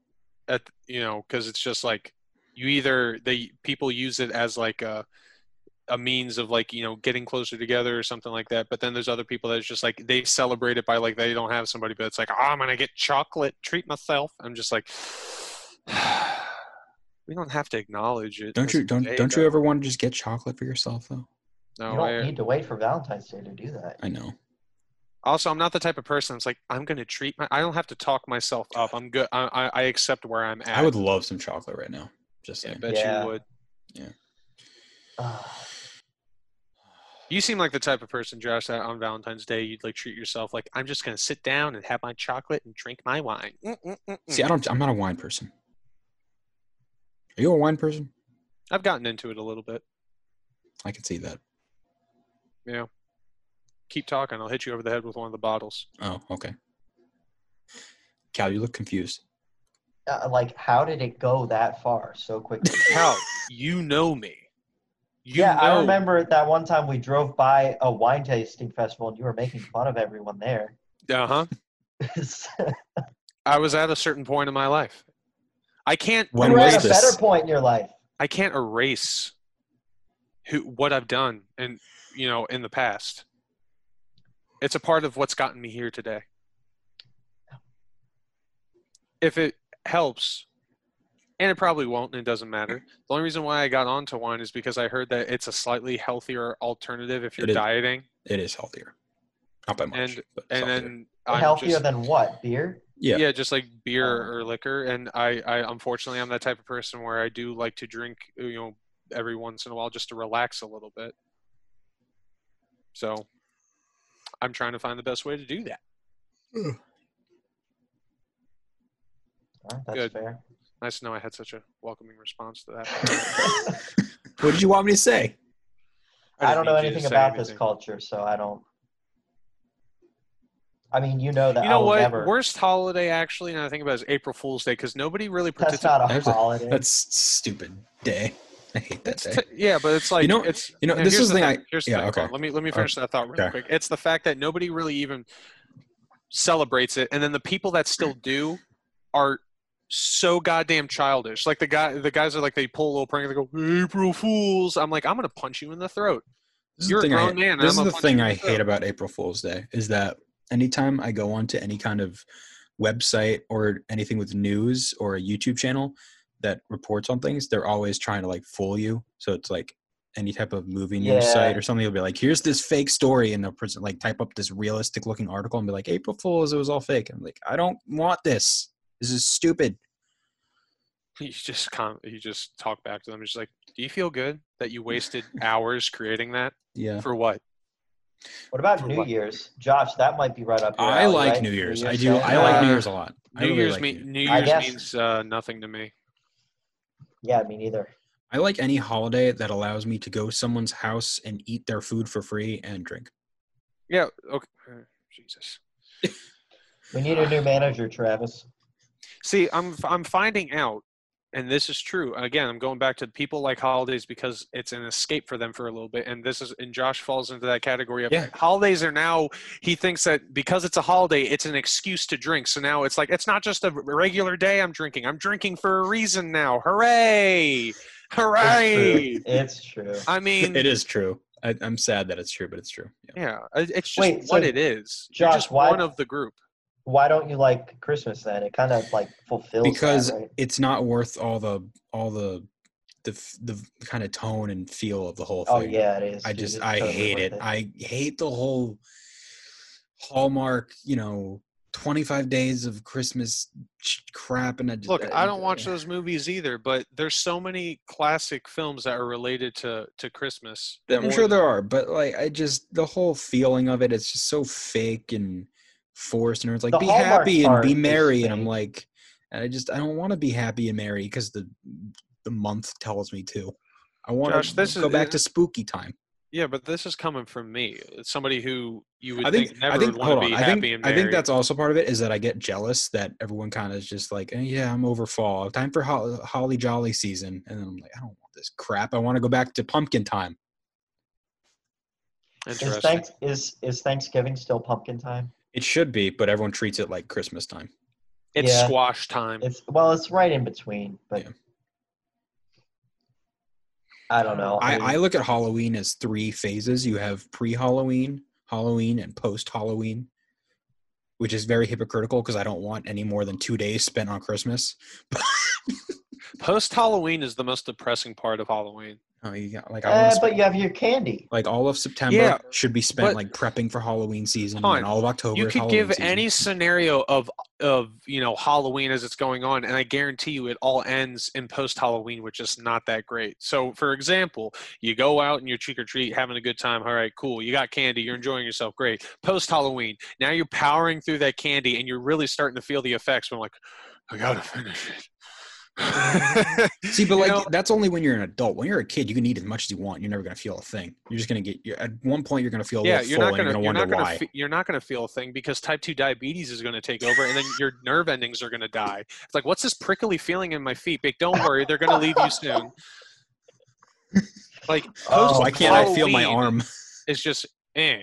Speaker 1: at you know because it's just like you either they people use it as like a a means of like you know getting closer together or something like that. But then there's other people that's just like they celebrate it by like they don't have somebody, but it's like oh, I'm gonna get chocolate, treat myself. I'm just like. We don't have to acknowledge it.
Speaker 3: don't
Speaker 1: as
Speaker 3: you
Speaker 1: a
Speaker 3: don't
Speaker 1: day,
Speaker 3: don't you
Speaker 1: though.
Speaker 3: ever want to just get chocolate for yourself though?
Speaker 1: No,
Speaker 2: You don't
Speaker 1: I-
Speaker 2: need to wait for Valentine's Day to do that.
Speaker 3: I know.
Speaker 1: Also, I'm not the type of person that's like I'm gonna treat my. I don't have to talk myself up. I'm good. I I, I accept where I'm at.
Speaker 3: I would love some chocolate right now. Just
Speaker 1: Yeah, I
Speaker 3: saying.
Speaker 1: bet
Speaker 2: Yeah.
Speaker 1: you would.
Speaker 2: Ugh.
Speaker 1: You seem like the type of person, Josh, that on Valentine's Day you'd like treat yourself. Like I'm just gonna sit down and have my chocolate and drink my wine. Mm, Mm-mm-mm-mm.
Speaker 3: See, I don't. I'm not a wine person. Are you a wine person?
Speaker 1: I've gotten into it a little bit.
Speaker 3: I can see that.
Speaker 1: Keep talking. I'll hit you over the head with one of the bottles.
Speaker 3: Oh, okay. Cal, you look confused.
Speaker 2: Uh, like, how did it go that far so quickly?
Speaker 1: Hell, you know me. You
Speaker 2: yeah, I
Speaker 1: know-
Speaker 2: remember that one time we drove by a wine tasting festival and you were making fun of everyone there.
Speaker 1: Uh-huh. I was at a certain point in my life. I can't.
Speaker 3: When
Speaker 2: You're
Speaker 3: was
Speaker 2: at a
Speaker 3: this?
Speaker 2: better point in your life.
Speaker 1: I can't erase who what I've done and you know in the past. It's a part of what's gotten me here today. If it helps, and it probably won't, and it doesn't matter. The only reason why I got onto wine is because I heard that it's a slightly healthier alternative if you're
Speaker 3: It is.
Speaker 1: dieting.
Speaker 3: It is healthier. Not by much. but it's
Speaker 1: And
Speaker 3: healthier.
Speaker 1: then I'm
Speaker 2: Healthier
Speaker 1: just,
Speaker 2: than what? Beer?
Speaker 3: Yeah.
Speaker 1: yeah. just like beer
Speaker 2: Um,
Speaker 1: or liquor and I, I unfortunately i'm that type of person where i do like to drink uh, you know every once in a while just to relax a little bit so i'm trying to find the best way to do that
Speaker 2: Huh, that's
Speaker 1: Good.
Speaker 2: fair.
Speaker 1: nice to know i had such a welcoming response to that
Speaker 3: what did you want me to say?
Speaker 2: I,
Speaker 1: didn't
Speaker 2: don't know
Speaker 1: need you to
Speaker 2: anything
Speaker 1: say
Speaker 2: about this
Speaker 1: anything.
Speaker 2: culture, so I don't. I mean, you know that
Speaker 1: you
Speaker 2: I
Speaker 1: know
Speaker 2: will
Speaker 1: what
Speaker 2: never.
Speaker 1: worst holiday actually now i think about it is april fool's day because nobody really
Speaker 2: that's
Speaker 1: participates
Speaker 2: not a
Speaker 3: That's a-
Speaker 2: holiday.
Speaker 3: That's stupid day. I hate that day.
Speaker 1: yeah but it's like
Speaker 3: You know-
Speaker 1: it's
Speaker 3: you know,
Speaker 1: now,
Speaker 3: this
Speaker 1: here's
Speaker 3: is the thing
Speaker 1: thing-
Speaker 3: I-
Speaker 1: here's the
Speaker 3: yeah,
Speaker 1: thing. Hold
Speaker 3: okay.
Speaker 1: on, let me let me
Speaker 3: All
Speaker 1: finish that thought real
Speaker 3: okay.
Speaker 1: quick it's the fact that nobody really even celebrates it and then the people that still do are so goddamn childish like the guy the guys are like they pull a little prank they go april fools i'm like i'm gonna punch you in the throat
Speaker 3: This is
Speaker 1: You're
Speaker 3: the
Speaker 1: a
Speaker 3: thing I,
Speaker 1: grown man, and
Speaker 3: This
Speaker 1: I'm
Speaker 3: is
Speaker 1: a
Speaker 3: the
Speaker 1: bunch
Speaker 3: thing
Speaker 1: of
Speaker 3: I
Speaker 1: people.
Speaker 3: hate about April Fool's Day is that anytime I go onto any kind of website or anything with news or a YouTube channel that reports on things, they're always trying to like fool you. So it's like any type of movie news
Speaker 2: Yeah.
Speaker 3: site or something will be like, here's this fake story, and they'll present, like type up this realistic looking article and be like, April Fool's, it was all fake. I'm like, I don't want this. This is stupid.
Speaker 1: you just con- you just talk back to them You're just like do you feel good that you wasted hours creating that
Speaker 3: Yeah.
Speaker 1: for what
Speaker 2: What about
Speaker 1: For
Speaker 2: New
Speaker 1: what?
Speaker 2: Year's, Josh? That might be right up your
Speaker 3: I
Speaker 2: alley,
Speaker 3: like
Speaker 2: right?
Speaker 3: New Year's. I do. I
Speaker 2: Day?
Speaker 3: like New
Speaker 1: Uh,
Speaker 3: Year's a lot. I
Speaker 1: new
Speaker 3: really
Speaker 1: year's
Speaker 3: like
Speaker 1: me-
Speaker 3: New
Speaker 1: new
Speaker 3: Year's.
Speaker 2: I
Speaker 1: year's
Speaker 2: guess-
Speaker 1: means uh, nothing to me
Speaker 2: Yeah, me neither.
Speaker 3: I like any holiday that allows me to go someone's house and eat their food for free and drink.
Speaker 1: yeah okay Uh, jesus
Speaker 2: We need a new manager, Travis.
Speaker 1: See, I'm I'm finding out, and this is true. and Again, I'm going back to people like holidays because it's an escape for them for a little bit. And this is and Josh falls into that category of
Speaker 3: Yeah.
Speaker 1: holidays are now he thinks that because it's a holiday, it's an excuse to drink. So now it's like it's not just a regular day I'm drinking. I'm drinking for a reason now. Hooray! Hooray!
Speaker 2: It's true.
Speaker 1: I mean,
Speaker 3: It is true. I, I'm sad that it's true, but it's true. Yeah.
Speaker 1: yeah, it- it's just
Speaker 2: Wait, so
Speaker 1: what it is. You're
Speaker 2: Josh,
Speaker 1: just
Speaker 2: why-
Speaker 1: one of the group.
Speaker 2: Why don't you like Christmas then? It kind of like fulfills that,
Speaker 3: Because
Speaker 2: right?
Speaker 3: it's not worth all the all the the f- the kind of tone and feel of the whole thing.
Speaker 2: Oh yeah, it is.
Speaker 3: I
Speaker 2: dude.
Speaker 3: just
Speaker 2: It's
Speaker 3: I
Speaker 2: totally
Speaker 3: hate
Speaker 2: worth
Speaker 3: it. I hate the whole Hallmark, you know, 25 days of Christmas ch- crap and I just, uh,
Speaker 1: Look, I don't watch those movies either, but there's so many classic films that are related to to Christmas.
Speaker 3: I'm sure there are, but like I just the whole feeling of it, it's just so fake and forced and everyone's like
Speaker 2: The
Speaker 3: be
Speaker 2: Hallmark
Speaker 3: happy and
Speaker 2: part
Speaker 3: be
Speaker 2: is
Speaker 3: merry and i'm
Speaker 2: fake.
Speaker 3: like and i just i don't want to be happy and merry because the the month tells me to i want
Speaker 1: Josh,
Speaker 3: to
Speaker 1: this is-
Speaker 3: go back to spooky time
Speaker 1: Yeah, but this is coming from me. It's somebody who you would
Speaker 3: i
Speaker 1: think,
Speaker 3: think
Speaker 1: never
Speaker 3: i think
Speaker 1: would want
Speaker 3: hold
Speaker 1: to
Speaker 3: on
Speaker 1: be
Speaker 3: i
Speaker 1: happy
Speaker 3: think
Speaker 1: and
Speaker 3: i
Speaker 1: married.
Speaker 3: think that's also part of it is that i get jealous that everyone kind of is just like eh, yeah i'm over fall time for ho- holly jolly season and then i'm like i don't want this crap i want to go back to pumpkin time
Speaker 2: Is,
Speaker 1: interesting.
Speaker 2: thanks, is is Thanksgiving still pumpkin time?
Speaker 3: it should be but everyone treats it like christmas time
Speaker 1: it's
Speaker 2: Yeah.
Speaker 1: squash time.
Speaker 2: It's well, it's right in between, but
Speaker 3: Yeah.
Speaker 2: I don't know. mean,
Speaker 3: I, I look at Halloween as three phases. You have pre-Halloween, Halloween, and post-Halloween, which is very hypocritical because I don't want any more than two days spent on Christmas.
Speaker 1: Post Halloween is the most depressing part of Halloween.
Speaker 3: Oh, you got, like I
Speaker 2: eh,
Speaker 3: want to
Speaker 2: but you have your candy.
Speaker 3: like all of September
Speaker 1: Uh, Yeah,
Speaker 3: should be spent
Speaker 1: but-
Speaker 3: like prepping for Halloween season,
Speaker 1: Fine.
Speaker 3: and all of October.
Speaker 1: You
Speaker 3: is
Speaker 1: could
Speaker 3: Halloween
Speaker 1: give
Speaker 3: season.
Speaker 1: any scenario of of you know Halloween as it's going on, and I guarantee you it all ends in post Halloween, which is not that great. So, for example, you go out and you're trick or treat, having a good time. All right, cool. You got candy. You're enjoying yourself. Great. Post Halloween, now you're powering through that candy, and you're really starting to feel the effects. When like, I gotta finish it.
Speaker 3: See, but
Speaker 1: You
Speaker 3: like
Speaker 1: know-
Speaker 3: that's only when you're an adult. When you're a kid, you can eat as much as you want. You're never gonna feel a thing. You're just gonna get. You're, at one point, you're gonna feel a
Speaker 1: yeah,
Speaker 3: little
Speaker 1: you're
Speaker 3: full,
Speaker 1: not gonna,
Speaker 3: and you're gonna
Speaker 1: you're
Speaker 3: wonder
Speaker 1: not gonna
Speaker 3: why.
Speaker 1: fe- you're not gonna feel a thing because type two diabetes is gonna take over, and then your nerve endings are gonna die. It's like, what's this prickly feeling in my feet? Big, don't worry, they're gonna leave you soon. Like,
Speaker 3: oh, why can't I feel my
Speaker 1: Halloween.
Speaker 3: arm?
Speaker 1: it's just, eh.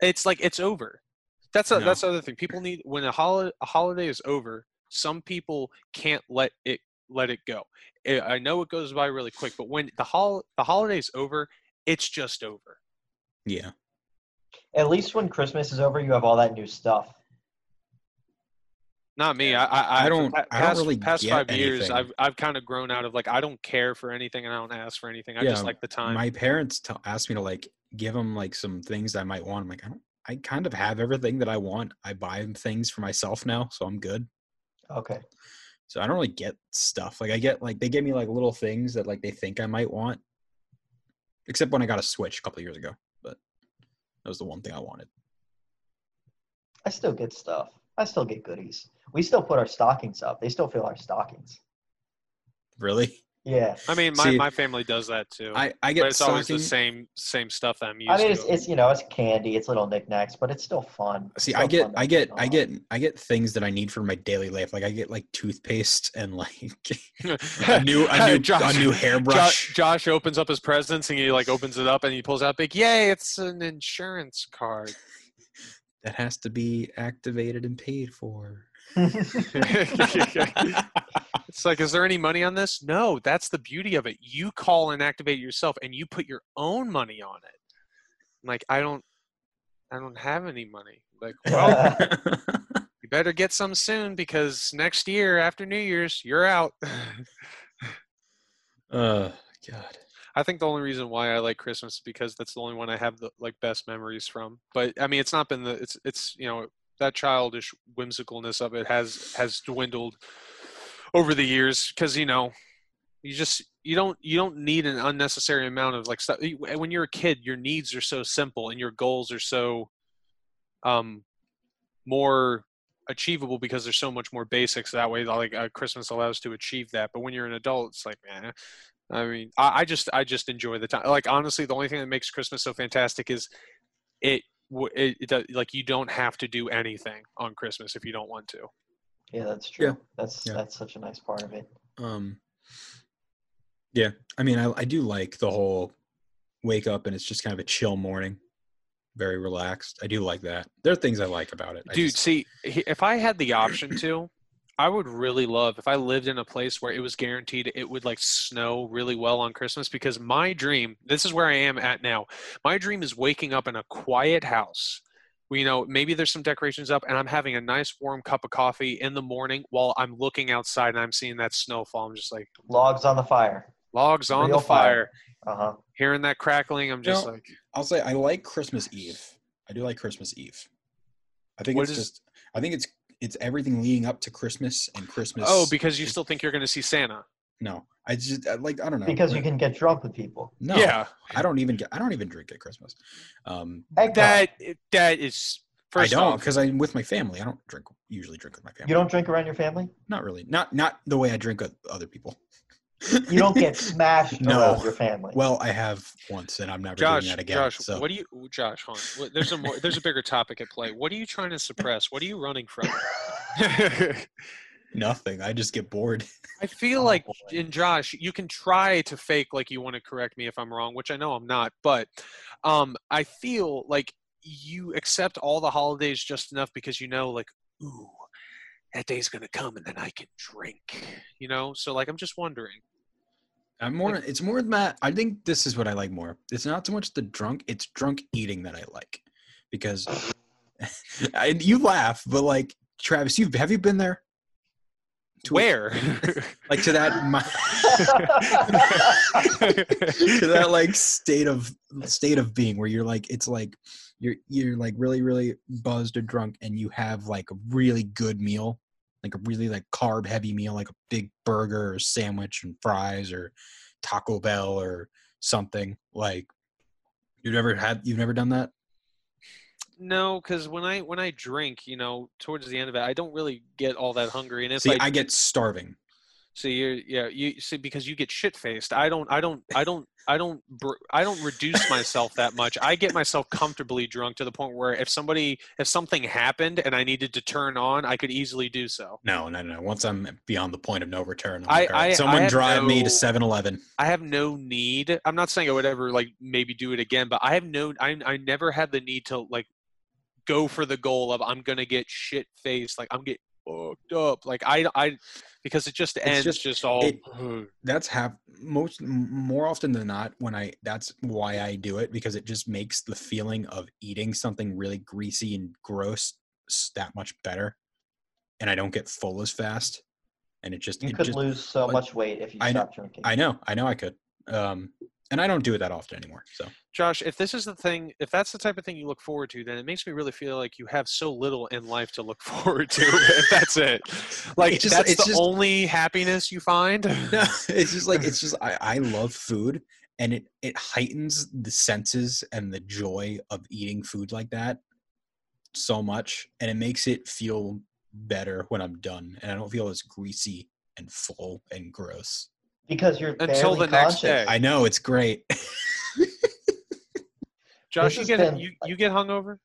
Speaker 1: It's like it's over. That's a,
Speaker 3: No.
Speaker 1: that's the other thing. People need when a, hol- a holiday is over. Some people can't let it let it go. Eh, I I know it goes by really quick, but when the hol- the holiday's over, it's just over.
Speaker 3: Yeah.
Speaker 2: At least when Christmas is over, you have all that new stuff.
Speaker 1: Not me. I I,
Speaker 3: I don't-
Speaker 1: for pa-
Speaker 3: I don't
Speaker 1: past,
Speaker 3: really
Speaker 1: past
Speaker 3: get
Speaker 1: five years.
Speaker 3: anything.
Speaker 1: I've I've kind of grown out of like I don't care for anything and I don't ask for anything. I just
Speaker 3: Yeah,
Speaker 1: like the time.
Speaker 3: my parents tell, asked me to like give them like some things I might want. I'm like, I don't. I kind of have everything that I want. I buy things for myself now, so I'm good.
Speaker 2: Okay.
Speaker 3: So I don't really get stuff. Like I get like they give me like little things that like they think I might want. Except when I got a Switch a couple of years ago, but that was the one thing I wanted.
Speaker 2: I still get stuff. I still get goodies. We still put our stockings up. They still fill our stockings.
Speaker 3: Really,
Speaker 2: Yeah.
Speaker 1: I mean, my,
Speaker 3: See,
Speaker 1: my family does that too.
Speaker 3: I I
Speaker 1: but
Speaker 3: get
Speaker 1: it's always the same
Speaker 3: stocking.
Speaker 1: same stuff that I'm used
Speaker 2: I mean, it's,
Speaker 1: to.
Speaker 2: it's you know, it's candy, it's little knickknacks, but it's still fun. It's
Speaker 3: See,
Speaker 2: still
Speaker 3: I get
Speaker 2: fun to
Speaker 3: I get
Speaker 2: put
Speaker 1: Uh-huh.
Speaker 3: I
Speaker 2: on.
Speaker 3: get I get things that I need for my daily life. Like I get like toothpaste and like a
Speaker 1: I
Speaker 3: new a new a new hairbrush.
Speaker 1: Josh, Josh opens up his presents and he like opens it up and he pulls out big. Yay! It's an insurance card.
Speaker 3: that has to be activated and paid for.
Speaker 1: it's like, is there any money on this? No. That's the beauty of it. You call and activate yourself, and you put your own money on it. I'm like, I don't, I don't have any money. Like, well,
Speaker 3: Uh.
Speaker 1: you better get some soon because next year after New Year's, you're out.
Speaker 3: uh, God.
Speaker 1: I think the only reason why I like Christmas is because that's the only one I have the like best memories from. But I mean, it's not been the it's it's you know that childish whimsicalness of it has has dwindled over the years because you know you just you don't you don't need an unnecessary amount of like stuff You- when you're a kid your needs are so simple and your goals are so um more achievable because there's so much more basics that way like uh, christmas allows to achieve that but when you're an adult it's like man i mean I, I just i just enjoy the time like honestly the only thing that makes christmas so fantastic is it, w- it, it do- like you don't have to do anything on christmas if you don't want to
Speaker 2: Yeah, that's true.
Speaker 3: Yeah.
Speaker 2: That's
Speaker 3: Yeah.
Speaker 2: that's such a nice part of it.
Speaker 3: Um. Yeah, I mean, I I do like the whole wake up and it's just kind of a chill morning, very relaxed. I do like that. There are things I like about it, I
Speaker 1: dude
Speaker 3: just-
Speaker 1: see he- if i had the option to i would really love if i lived in a place where it was guaranteed it would like snow really well on christmas because my dream this is where i am at now my dream is waking up in a quiet house where, you know maybe there's some decorations up and i'm having a nice warm cup of coffee in the morning while i'm looking outside and i'm seeing that snowfall i'm just like
Speaker 2: Logs on the fire.
Speaker 1: logs on
Speaker 2: Real
Speaker 1: the fire,
Speaker 2: fire. Uh huh.
Speaker 1: hearing that crackling i'm just
Speaker 3: No,
Speaker 1: like
Speaker 3: I'll say I like Christmas Eve. I do like Christmas Eve. I think
Speaker 1: What
Speaker 3: it's
Speaker 1: is-
Speaker 3: just. I think it's it's everything leading up to Christmas and Christmas.
Speaker 1: oh because you still think you're going to see santa
Speaker 3: no, I just I like I don't know
Speaker 2: Because you can get drunk with people.
Speaker 3: No,
Speaker 1: yeah
Speaker 3: I don't even get. I don't even drink at Christmas. Um,
Speaker 2: Eggnog.
Speaker 1: that that is First
Speaker 3: I don't
Speaker 1: off,
Speaker 3: because I'm with my family. I don't drink usually drink with my family.
Speaker 2: You don't drink around your family?
Speaker 3: not really. Not not the way I drink with other people.
Speaker 2: You don't get smashed
Speaker 3: No.
Speaker 2: around your family.
Speaker 3: Well, I have once, and I'm never
Speaker 1: Josh,
Speaker 3: doing that again.
Speaker 1: Josh,
Speaker 3: so
Speaker 1: what do you, ooh, Josh, hon, what, there's a more, there's a bigger topic at play. What are you trying to suppress? What are you running from?
Speaker 3: nothing. I just get bored.
Speaker 1: I feel
Speaker 2: Oh,
Speaker 1: like
Speaker 2: boy.
Speaker 1: in Josh, you can try to fake like you want to correct me if I'm wrong, which I know I'm not, but um, I feel like you accept all the holidays just enough because you know, like, ooh, that day's gonna come and then I can drink, you know. So like, I'm just wondering.
Speaker 3: I'm more. It's more than that. I think this is what I like more. It's not so much the drunk. It's drunk eating that I like, because and you laugh, but like Travis, you have have you been there? To-
Speaker 1: Where?
Speaker 3: Like to that mi- to that like state of state of being where you're like it's like you're you're like really really buzzed or drunk and you have like a really good meal like a really like carb heavy meal like a big burger or sandwich and fries or taco bell or something like you've never had you've never done that
Speaker 1: no, because when I when I drink, you know, towards the end of it, I don't really get all that hungry, and if
Speaker 3: see
Speaker 1: I
Speaker 3: I, get starving
Speaker 1: So you're yeah you see because you get shit faced. I don't I don't I don't I don't br- I don't reduce myself that much. I get myself comfortably drunk to the point where if somebody if something happened and I needed to turn on, I could easily do so.
Speaker 3: no no no once i'm beyond the point of no return I'm
Speaker 1: I-
Speaker 3: like, all right,
Speaker 1: I- I
Speaker 3: someone
Speaker 1: have
Speaker 3: drive me
Speaker 1: no-
Speaker 3: to 7-eleven
Speaker 1: I have no need. I'm not saying I would ever like maybe do it again, but I have no I I never had the need to like go for the goal of I'm going to get shit faced like I'm getting fucked up. Like I I because it just ends just,
Speaker 3: just-
Speaker 1: all
Speaker 3: it- that's hap most m- more often than not when i that's why i do it because it just makes the feeling of eating something really greasy and gross s- that much better and i don't get full as fast and it just,
Speaker 2: you
Speaker 3: it
Speaker 2: could
Speaker 3: just
Speaker 2: lose so
Speaker 3: like,
Speaker 2: much weight if you
Speaker 3: I know-
Speaker 2: stop drinking.
Speaker 3: i know i know i could um and i don't do it that often anymore so
Speaker 1: Josh, if this is the thing, if that's the type of thing you look forward to, then it makes me really feel like you have so little in life to look forward to. if that's it, like
Speaker 3: It's just-
Speaker 1: that's
Speaker 3: it's
Speaker 1: the
Speaker 3: just-
Speaker 1: only happiness you find.
Speaker 3: no it's just like it's just i, I love food and it it heightens the senses and the joy of eating food like that so much and it makes it feel better when i'm done and i don't feel as greasy and full and gross
Speaker 2: Because you're
Speaker 1: Until
Speaker 2: barely
Speaker 1: the next
Speaker 2: conscious.
Speaker 1: day.
Speaker 3: i know it's great
Speaker 1: Josh, you
Speaker 2: This
Speaker 1: get
Speaker 2: has been-
Speaker 1: you, you get hungover.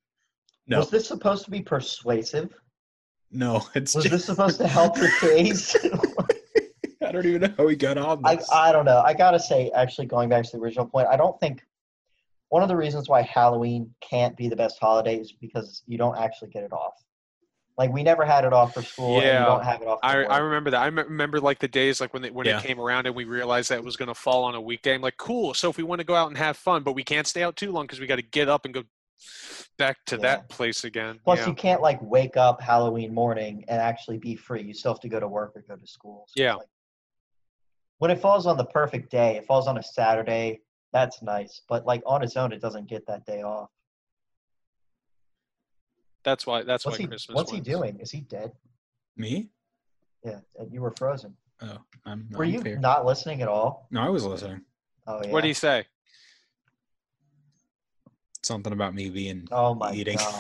Speaker 3: no
Speaker 2: Was this supposed to be persuasive?
Speaker 3: no it's
Speaker 2: Was
Speaker 3: just,
Speaker 2: this supposed to help your case?
Speaker 3: i don't even know how we got on
Speaker 2: I,
Speaker 3: this
Speaker 2: I don't know. I gotta say, actually, going back to the original point, I don't think one of the reasons why Halloween can't be the best holiday is because you don't actually get it off. Like we never had it off for school, and
Speaker 1: Yeah.
Speaker 2: you don't have it off. For
Speaker 1: I,
Speaker 2: work.
Speaker 1: I remember that. I me- remember like the days like when they, when
Speaker 3: Yeah.
Speaker 1: it came around and we realized that it was going to fall on a weekday. I'm like, cool. So if we want to go out and have fun, but we can't stay out too long because we got to get up and go back to
Speaker 2: Yeah.
Speaker 1: that place again.
Speaker 2: Plus,
Speaker 1: yeah.
Speaker 2: you can't like wake up Halloween morning and actually be free. You still have to go to work or go to school. it's
Speaker 1: Yeah.
Speaker 2: like- when it falls on the perfect day, it falls on a Saturday. That's nice, but like on its own, it doesn't get that day off.
Speaker 1: that's why. That's
Speaker 2: what's
Speaker 1: why
Speaker 2: he?
Speaker 1: Christmas.
Speaker 2: What's he
Speaker 1: wins.
Speaker 2: doing? Is he dead?
Speaker 3: me
Speaker 2: Yeah, and you were frozen.
Speaker 3: oh i'm,
Speaker 2: Were
Speaker 3: I'm
Speaker 2: you
Speaker 3: fair.
Speaker 2: not listening at all?
Speaker 3: no i was listening
Speaker 2: Oh yeah.
Speaker 1: What do you say?
Speaker 3: something about me being
Speaker 2: oh my
Speaker 3: eating
Speaker 2: god!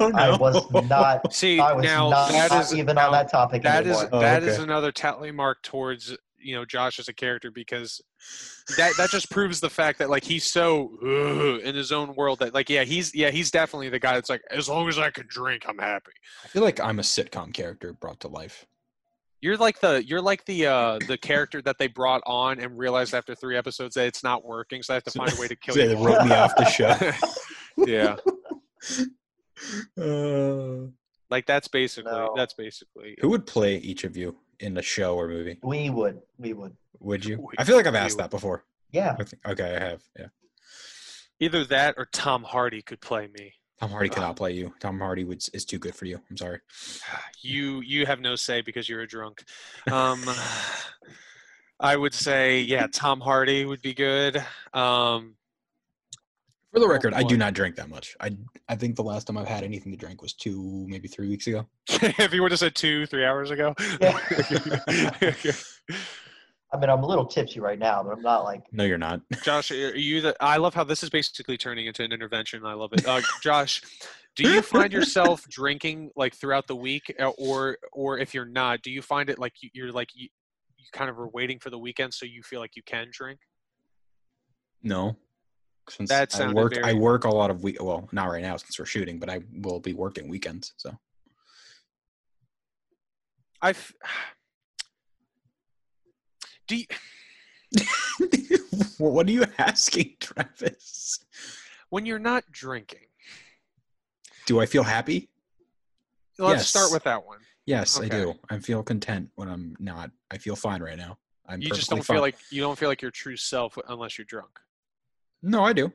Speaker 3: oh, no.
Speaker 2: I was not.
Speaker 1: See
Speaker 2: I was
Speaker 1: now
Speaker 2: not,
Speaker 1: that
Speaker 2: not
Speaker 1: is
Speaker 2: even
Speaker 1: now
Speaker 2: on that topic
Speaker 1: That is
Speaker 2: anymore.
Speaker 1: that is
Speaker 3: Oh, okay.
Speaker 1: another tally mark towards you know Josh as a character because that that just proves the fact that like he's so "Ugh," in his own world that like yeah he's yeah he's definitely the guy that's like as long as I can drink I'm happy.
Speaker 3: i feel like i'm a sitcom character brought to life
Speaker 1: You're like the you're like the uh the character that they brought on and realized after three episodes that it's not working, so they have to find a way to kill
Speaker 3: they
Speaker 1: you. off.
Speaker 3: wrote me off the show
Speaker 1: yeah,
Speaker 3: Uh,
Speaker 1: like that's basically
Speaker 2: No.
Speaker 1: that's basically.
Speaker 3: who would play each of you in a show or movie?
Speaker 2: we would. We would.
Speaker 3: Would you?
Speaker 1: Wait,
Speaker 3: I feel like I've
Speaker 1: you
Speaker 3: asked
Speaker 1: would.
Speaker 3: that before.
Speaker 2: Yeah.
Speaker 3: I think- Okay, I have. Yeah.
Speaker 1: Either that or Tom Hardy could play me.
Speaker 3: Tom Hardy cannot play you. Tom Hardy would, is too good for you. I'm sorry.
Speaker 1: you you have no say because you're a drunk. Um, I would say yeah, Tom Hardy would be good. Um,
Speaker 3: For the record, I do
Speaker 1: What?
Speaker 3: not drink that much. I I think the last time I've had anything to drink was two, maybe three weeks ago.
Speaker 1: if you would have said two, three hours ago.
Speaker 2: Yeah. I mean, I'm a little tipsy right now, but I'm not like.
Speaker 3: No, you're not.
Speaker 1: Josh, are you the? I love how this is basically turning into an intervention. I love it. Uh, Josh, do you find yourself drinking like throughout the week, uh, or or if you're not, do you find it like you- you're like you, you kind of are waiting for the weekend so you feel like you can drink?
Speaker 3: No. Since
Speaker 1: That
Speaker 3: I
Speaker 1: sounded
Speaker 3: work,
Speaker 1: very-
Speaker 3: I work a lot of week. Well, not right now since we're shooting, but I will be working weekends. So
Speaker 1: I f- do. You,
Speaker 3: what are you asking, Travis?
Speaker 1: when you're not drinking,
Speaker 3: Do I feel happy?
Speaker 1: let's
Speaker 3: Yes.
Speaker 1: start with that one.
Speaker 3: Yes, I
Speaker 1: Okay.
Speaker 3: do. I feel content when I'm not. I feel fine right now. I'm
Speaker 1: You just
Speaker 3: perfectly
Speaker 1: don't feel
Speaker 3: fine.
Speaker 1: like you don't feel like your true self unless you're drunk.
Speaker 3: No, I do.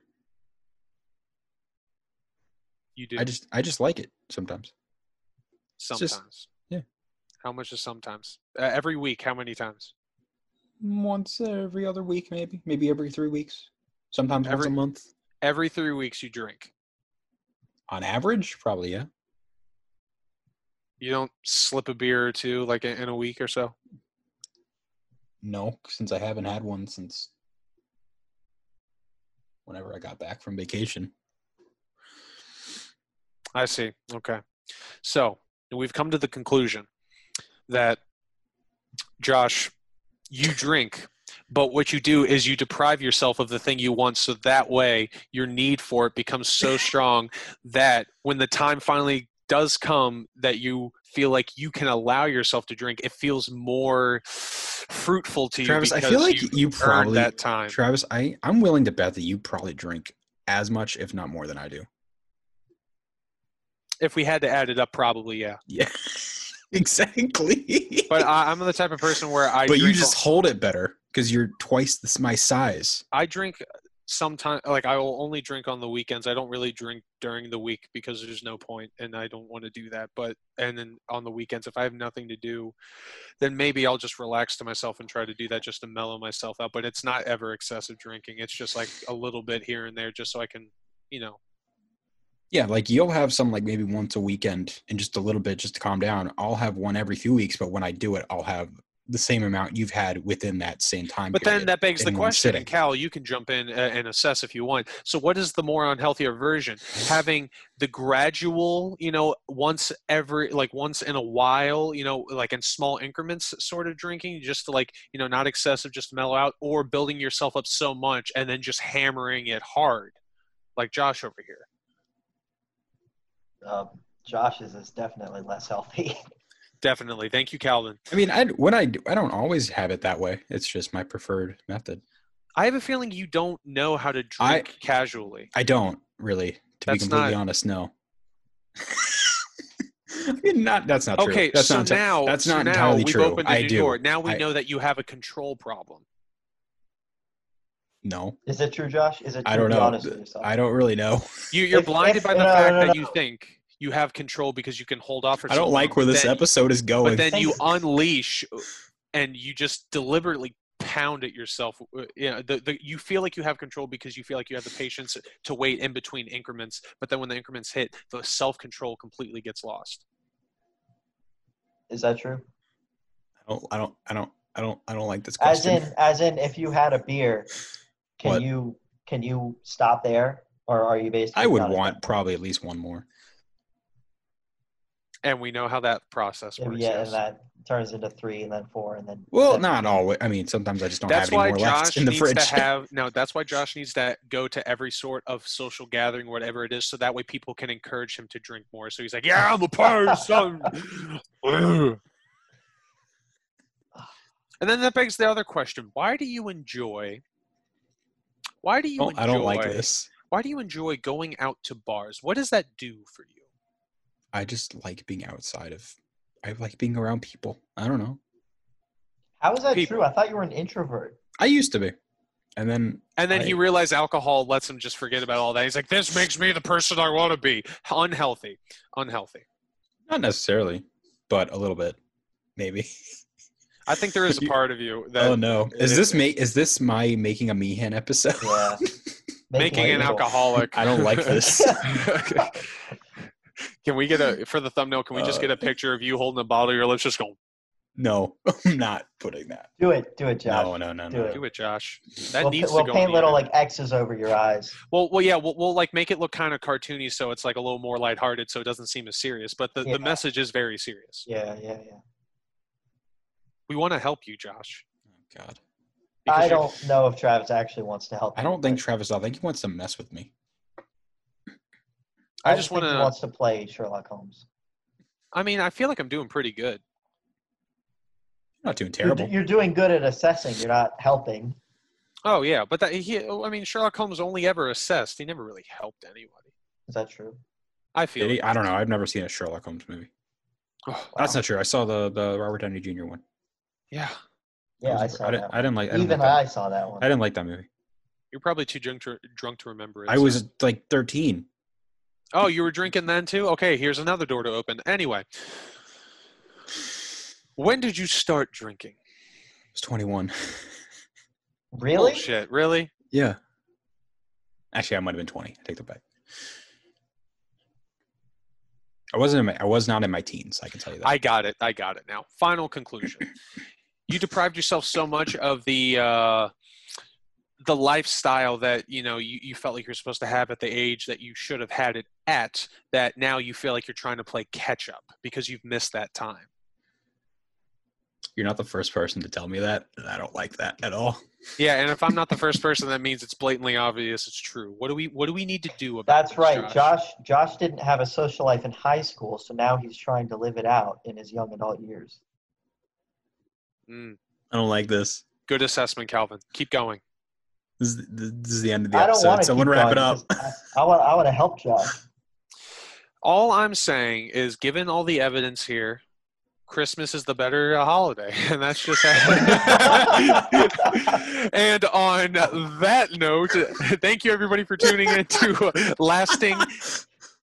Speaker 1: You do
Speaker 3: I just I just like it sometimes.
Speaker 1: sometimes.
Speaker 3: just- yeah.
Speaker 1: How much is sometimes? Uh, every week, how many times?
Speaker 3: Once every other week, maybe maybe every three weeks. Sometimes once
Speaker 1: Every-
Speaker 3: a month.
Speaker 1: Every three weeks, you drink.
Speaker 3: On average, probably yeah.
Speaker 1: You don't slip a beer or two like in in a week or so.
Speaker 3: No, since I haven't had one since whenever I got back from vacation.
Speaker 1: I see. Okay. So we've come to the conclusion that, Josh, you drink, but what you do is you deprive yourself of the thing you want. So that way, your need for it becomes so strong that when the time finally does come that you feel like you can allow yourself to drink, it feels more fruitful to you.
Speaker 3: Travis, I
Speaker 1: because
Speaker 3: feel like you,
Speaker 1: you've earned
Speaker 3: probably
Speaker 1: that time.
Speaker 3: Travis, I I'm willing to bet that you probably drink as much, if not more, than I do.
Speaker 1: If we had to add it up, probably yeah.
Speaker 3: Yeah, exactly.
Speaker 1: But I, I'm the type of person where I.
Speaker 3: but you
Speaker 1: drink a-
Speaker 3: just hold it better because you're twice this my size.
Speaker 1: I drink sometimes like I will only drink on the weekends. I don't really drink during the week because there's no point and I don't want to do that. But and then on the weekends if I have nothing to do, then maybe I'll just relax to myself and try to do that just to mellow myself out, but it's not ever excessive drinking. It's just like a little bit here and there just so I can, you know.
Speaker 3: Yeah, like you'll have some like maybe once a weekend and just a little bit just to calm down. I'll have one every few weeks, but when I do it, I'll have the same amount you've had within that same time.
Speaker 1: But then
Speaker 3: period.
Speaker 1: that begs the
Speaker 3: in one
Speaker 1: question,
Speaker 3: sitting.
Speaker 1: and Cal, you can jump in uh, and assess if you want. So, what is the more unhealthier version? Having the gradual, you know, once every, like once in a while, you know, like in small increments sort of drinking, just to like, you know, not excessive, just to mellow out, or building yourself up so much and then just hammering it hard, like Josh over here.
Speaker 2: Um, Josh's is definitely less healthy.
Speaker 1: Definitely. Thank you, Calvin.
Speaker 3: I mean, I when I do, I don't always have it that way. It's just my preferred method.
Speaker 1: I have a feeling you don't know how to drink
Speaker 3: I-
Speaker 1: casually.
Speaker 3: I don't really, to be
Speaker 1: That's
Speaker 3: completely
Speaker 1: not-
Speaker 3: honest. No. I mean, not that's not true.
Speaker 1: Okay,
Speaker 3: that's
Speaker 1: so
Speaker 3: not enti-
Speaker 1: now
Speaker 3: that's
Speaker 1: so
Speaker 3: not
Speaker 1: now
Speaker 3: entirely
Speaker 1: we've
Speaker 3: true.
Speaker 1: Opened a
Speaker 3: I
Speaker 1: new
Speaker 3: do.
Speaker 1: Door. Now we
Speaker 3: I-
Speaker 1: know that you have a control problem.
Speaker 3: no,
Speaker 2: Is it true, Josh? Is it true?
Speaker 3: I don't
Speaker 2: Be
Speaker 3: know.
Speaker 2: honest with yourself.
Speaker 3: I don't really know.
Speaker 1: You, you're
Speaker 2: If-
Speaker 1: blinded
Speaker 2: if-
Speaker 1: by the
Speaker 3: uh,
Speaker 2: no,
Speaker 1: fact
Speaker 2: no,
Speaker 1: that
Speaker 2: no.
Speaker 1: you think you have control because you can hold off. For
Speaker 3: I
Speaker 1: so
Speaker 3: don't like
Speaker 1: long,
Speaker 3: where this
Speaker 1: then-
Speaker 3: episode is going.
Speaker 1: But then you unleash, uh, and you just deliberately pound at yourself. uh, You, know, the, the, you feel like you have control because you feel like you have the patience to wait in between increments. But then when the increments hit, the self control completely gets lost.
Speaker 2: Is that true?
Speaker 3: I don't. I don't. I don't. I don't. I don't like this
Speaker 2: As
Speaker 3: question.
Speaker 2: in, as in, if you had a beer, can
Speaker 3: What?
Speaker 2: you can you stop there, or are you basically?
Speaker 3: I would
Speaker 2: not-
Speaker 3: want probably at least one more.
Speaker 1: And we know how that process works.
Speaker 2: yeah,
Speaker 1: yes.
Speaker 2: and that turns into three, and then four, and then.
Speaker 3: Well,
Speaker 2: then-
Speaker 3: not always. I mean, sometimes I just don't
Speaker 1: that's
Speaker 3: have any
Speaker 1: why
Speaker 3: more
Speaker 1: Josh
Speaker 3: left in the
Speaker 1: needs
Speaker 3: fridge.
Speaker 1: to have no. That's why Josh needs to go to every sort of social gathering, whatever it is, so that way people can encourage him to drink more. So he's like, "Yeah, I'm a person." Ugh. and then that begs the other question: Why do you enjoy? Why do you?
Speaker 3: Oh,
Speaker 1: enjoy,
Speaker 3: I don't like this.
Speaker 1: Why do you enjoy going out to bars? What does that do for you?
Speaker 3: I just like being outside of. I like being around people. I don't know.
Speaker 2: How is that
Speaker 1: people.
Speaker 2: true? I thought you were an introvert.
Speaker 3: I used to be, and then
Speaker 1: And then he
Speaker 3: I-
Speaker 1: realized alcohol lets him just forget about all that. He's like, "This makes me the person I want to be." Unhealthy, unhealthy.
Speaker 3: not necessarily, but a little bit, maybe.
Speaker 1: I think there is a
Speaker 3: You-
Speaker 1: part of you that
Speaker 3: Oh no! Is
Speaker 1: it-
Speaker 3: this make? Is this my making a mehan episode?
Speaker 2: Yeah.
Speaker 1: making
Speaker 2: it
Speaker 1: an
Speaker 2: legal.
Speaker 1: alcoholic.
Speaker 3: I don't like this.
Speaker 1: Okay. Can we get a for the thumbnail? Can we just
Speaker 3: Uh,
Speaker 1: get a picture of you holding a bottle? Your lips just going.
Speaker 3: No, I'm not putting that.
Speaker 2: Do it, do it, Josh.
Speaker 3: No, no, no,
Speaker 2: do
Speaker 3: no.
Speaker 2: it.
Speaker 3: no.
Speaker 1: Do it, Josh. That
Speaker 2: we'll
Speaker 1: needs
Speaker 2: we'll
Speaker 1: to go. on
Speaker 2: paint
Speaker 1: the
Speaker 2: little
Speaker 1: internet.
Speaker 2: like X's over your eyes.
Speaker 1: Well, well, yeah, we'll, we'll like make it look kind of cartoony, so it's like a little more lighthearted, so it doesn't seem as serious. But the,
Speaker 2: Yeah.
Speaker 1: the message is very serious.
Speaker 2: Yeah, yeah, yeah.
Speaker 1: We want to help you, Josh.
Speaker 3: Oh, God,
Speaker 1: because
Speaker 2: I
Speaker 1: you're-
Speaker 2: don't know if Travis actually wants to help.
Speaker 3: I don't think Travis. I think he wants to mess with me.
Speaker 1: I just
Speaker 2: think he
Speaker 1: wanna-
Speaker 2: wants to play Sherlock Holmes.
Speaker 1: I mean, I feel like I'm doing pretty good.
Speaker 3: You're not doing
Speaker 2: You're,
Speaker 3: terrible.
Speaker 2: you're doing good at assessing. You're not helping.
Speaker 1: Oh yeah, but that he. I mean, Sherlock Holmes only ever assessed. He never really helped anybody.
Speaker 2: Is that true?
Speaker 1: I feel.
Speaker 3: Did he?
Speaker 1: it.
Speaker 3: I don't know. I've never seen a Sherlock Holmes movie.
Speaker 1: Oh,
Speaker 3: That's not true. I saw the the Robert Downey Jr. one.
Speaker 1: yeah,
Speaker 3: That
Speaker 2: Yeah,
Speaker 3: was-
Speaker 2: I saw
Speaker 3: I
Speaker 2: that.
Speaker 3: didn't, I
Speaker 2: one.
Speaker 3: didn't like. I didn't
Speaker 2: Even
Speaker 3: like that.
Speaker 2: I saw that one.
Speaker 3: I didn't like that movie.
Speaker 1: you're probably too drunk to drunk to remember it.
Speaker 3: I
Speaker 1: so-
Speaker 3: was like 13.
Speaker 1: Oh, you were drinking then too. Okay, here's another door to open. Anyway, when did you start drinking?
Speaker 3: I was 21.
Speaker 2: Really?
Speaker 1: Bullshit, really?
Speaker 3: Yeah. Actually, I might have been 20. I take that back. I wasn't. In my, I was not in my teens. I can tell you that.
Speaker 1: I got it. I got it now. Final conclusion. you deprived yourself so much of the uh, the lifestyle that you know you, you felt like you're supposed to have at the age that you should have had it at that now you feel like you're trying to play catch up because you've missed that time.
Speaker 3: You're not the first person to tell me that. and I don't like that at all.
Speaker 1: Yeah, and if I'm not the first person, that means it's blatantly obvious it's true. What do we what do we need to do about
Speaker 2: That's
Speaker 1: this,
Speaker 2: right. Josh Josh didn't have a social life in high school, so now he's trying to live it out in his young adult years.
Speaker 1: Mm,
Speaker 3: I don't like this.
Speaker 1: good assessment, Calvin. Keep going.
Speaker 3: This is, this is the end of the
Speaker 2: I don't want
Speaker 3: episode.
Speaker 2: to
Speaker 3: Someone wrap it up.
Speaker 2: I want I want to help Josh.
Speaker 1: All I'm saying is, given all the evidence here, Christmas is the better uh, holiday, and that's just. and on that note, thank you everybody for tuning in to Lasting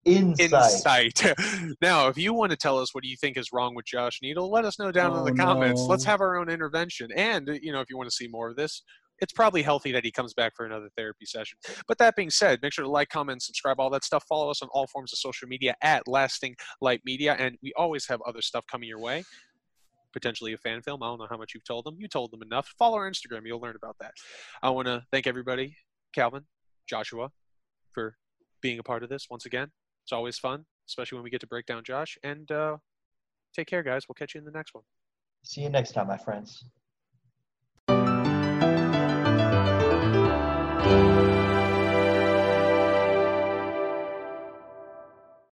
Speaker 2: Insight.
Speaker 1: Insight. Now, if you want to tell us what you think is wrong with Josh Needle, let us know down in
Speaker 3: Oh,
Speaker 1: the comments.
Speaker 3: no.
Speaker 1: Let's have our own intervention. And you know, if you want to see more of this. It's probably healthy that he comes back for another therapy session. But that being said, make sure to like, comment, subscribe, all that stuff. Follow us on all forms of social media at Lasting Light Media, and we always have other stuff coming your way. Potentially a fan film. I don't know how much you've told them. You told them enough. Follow our Instagram. You'll learn about that. I want to thank everybody, Calvin, Joshua, for being a part of this once again. It's always fun, especially when we get to break down Josh. And uh, take care, guys. We'll catch you in the next one.
Speaker 2: See you next time, my friends.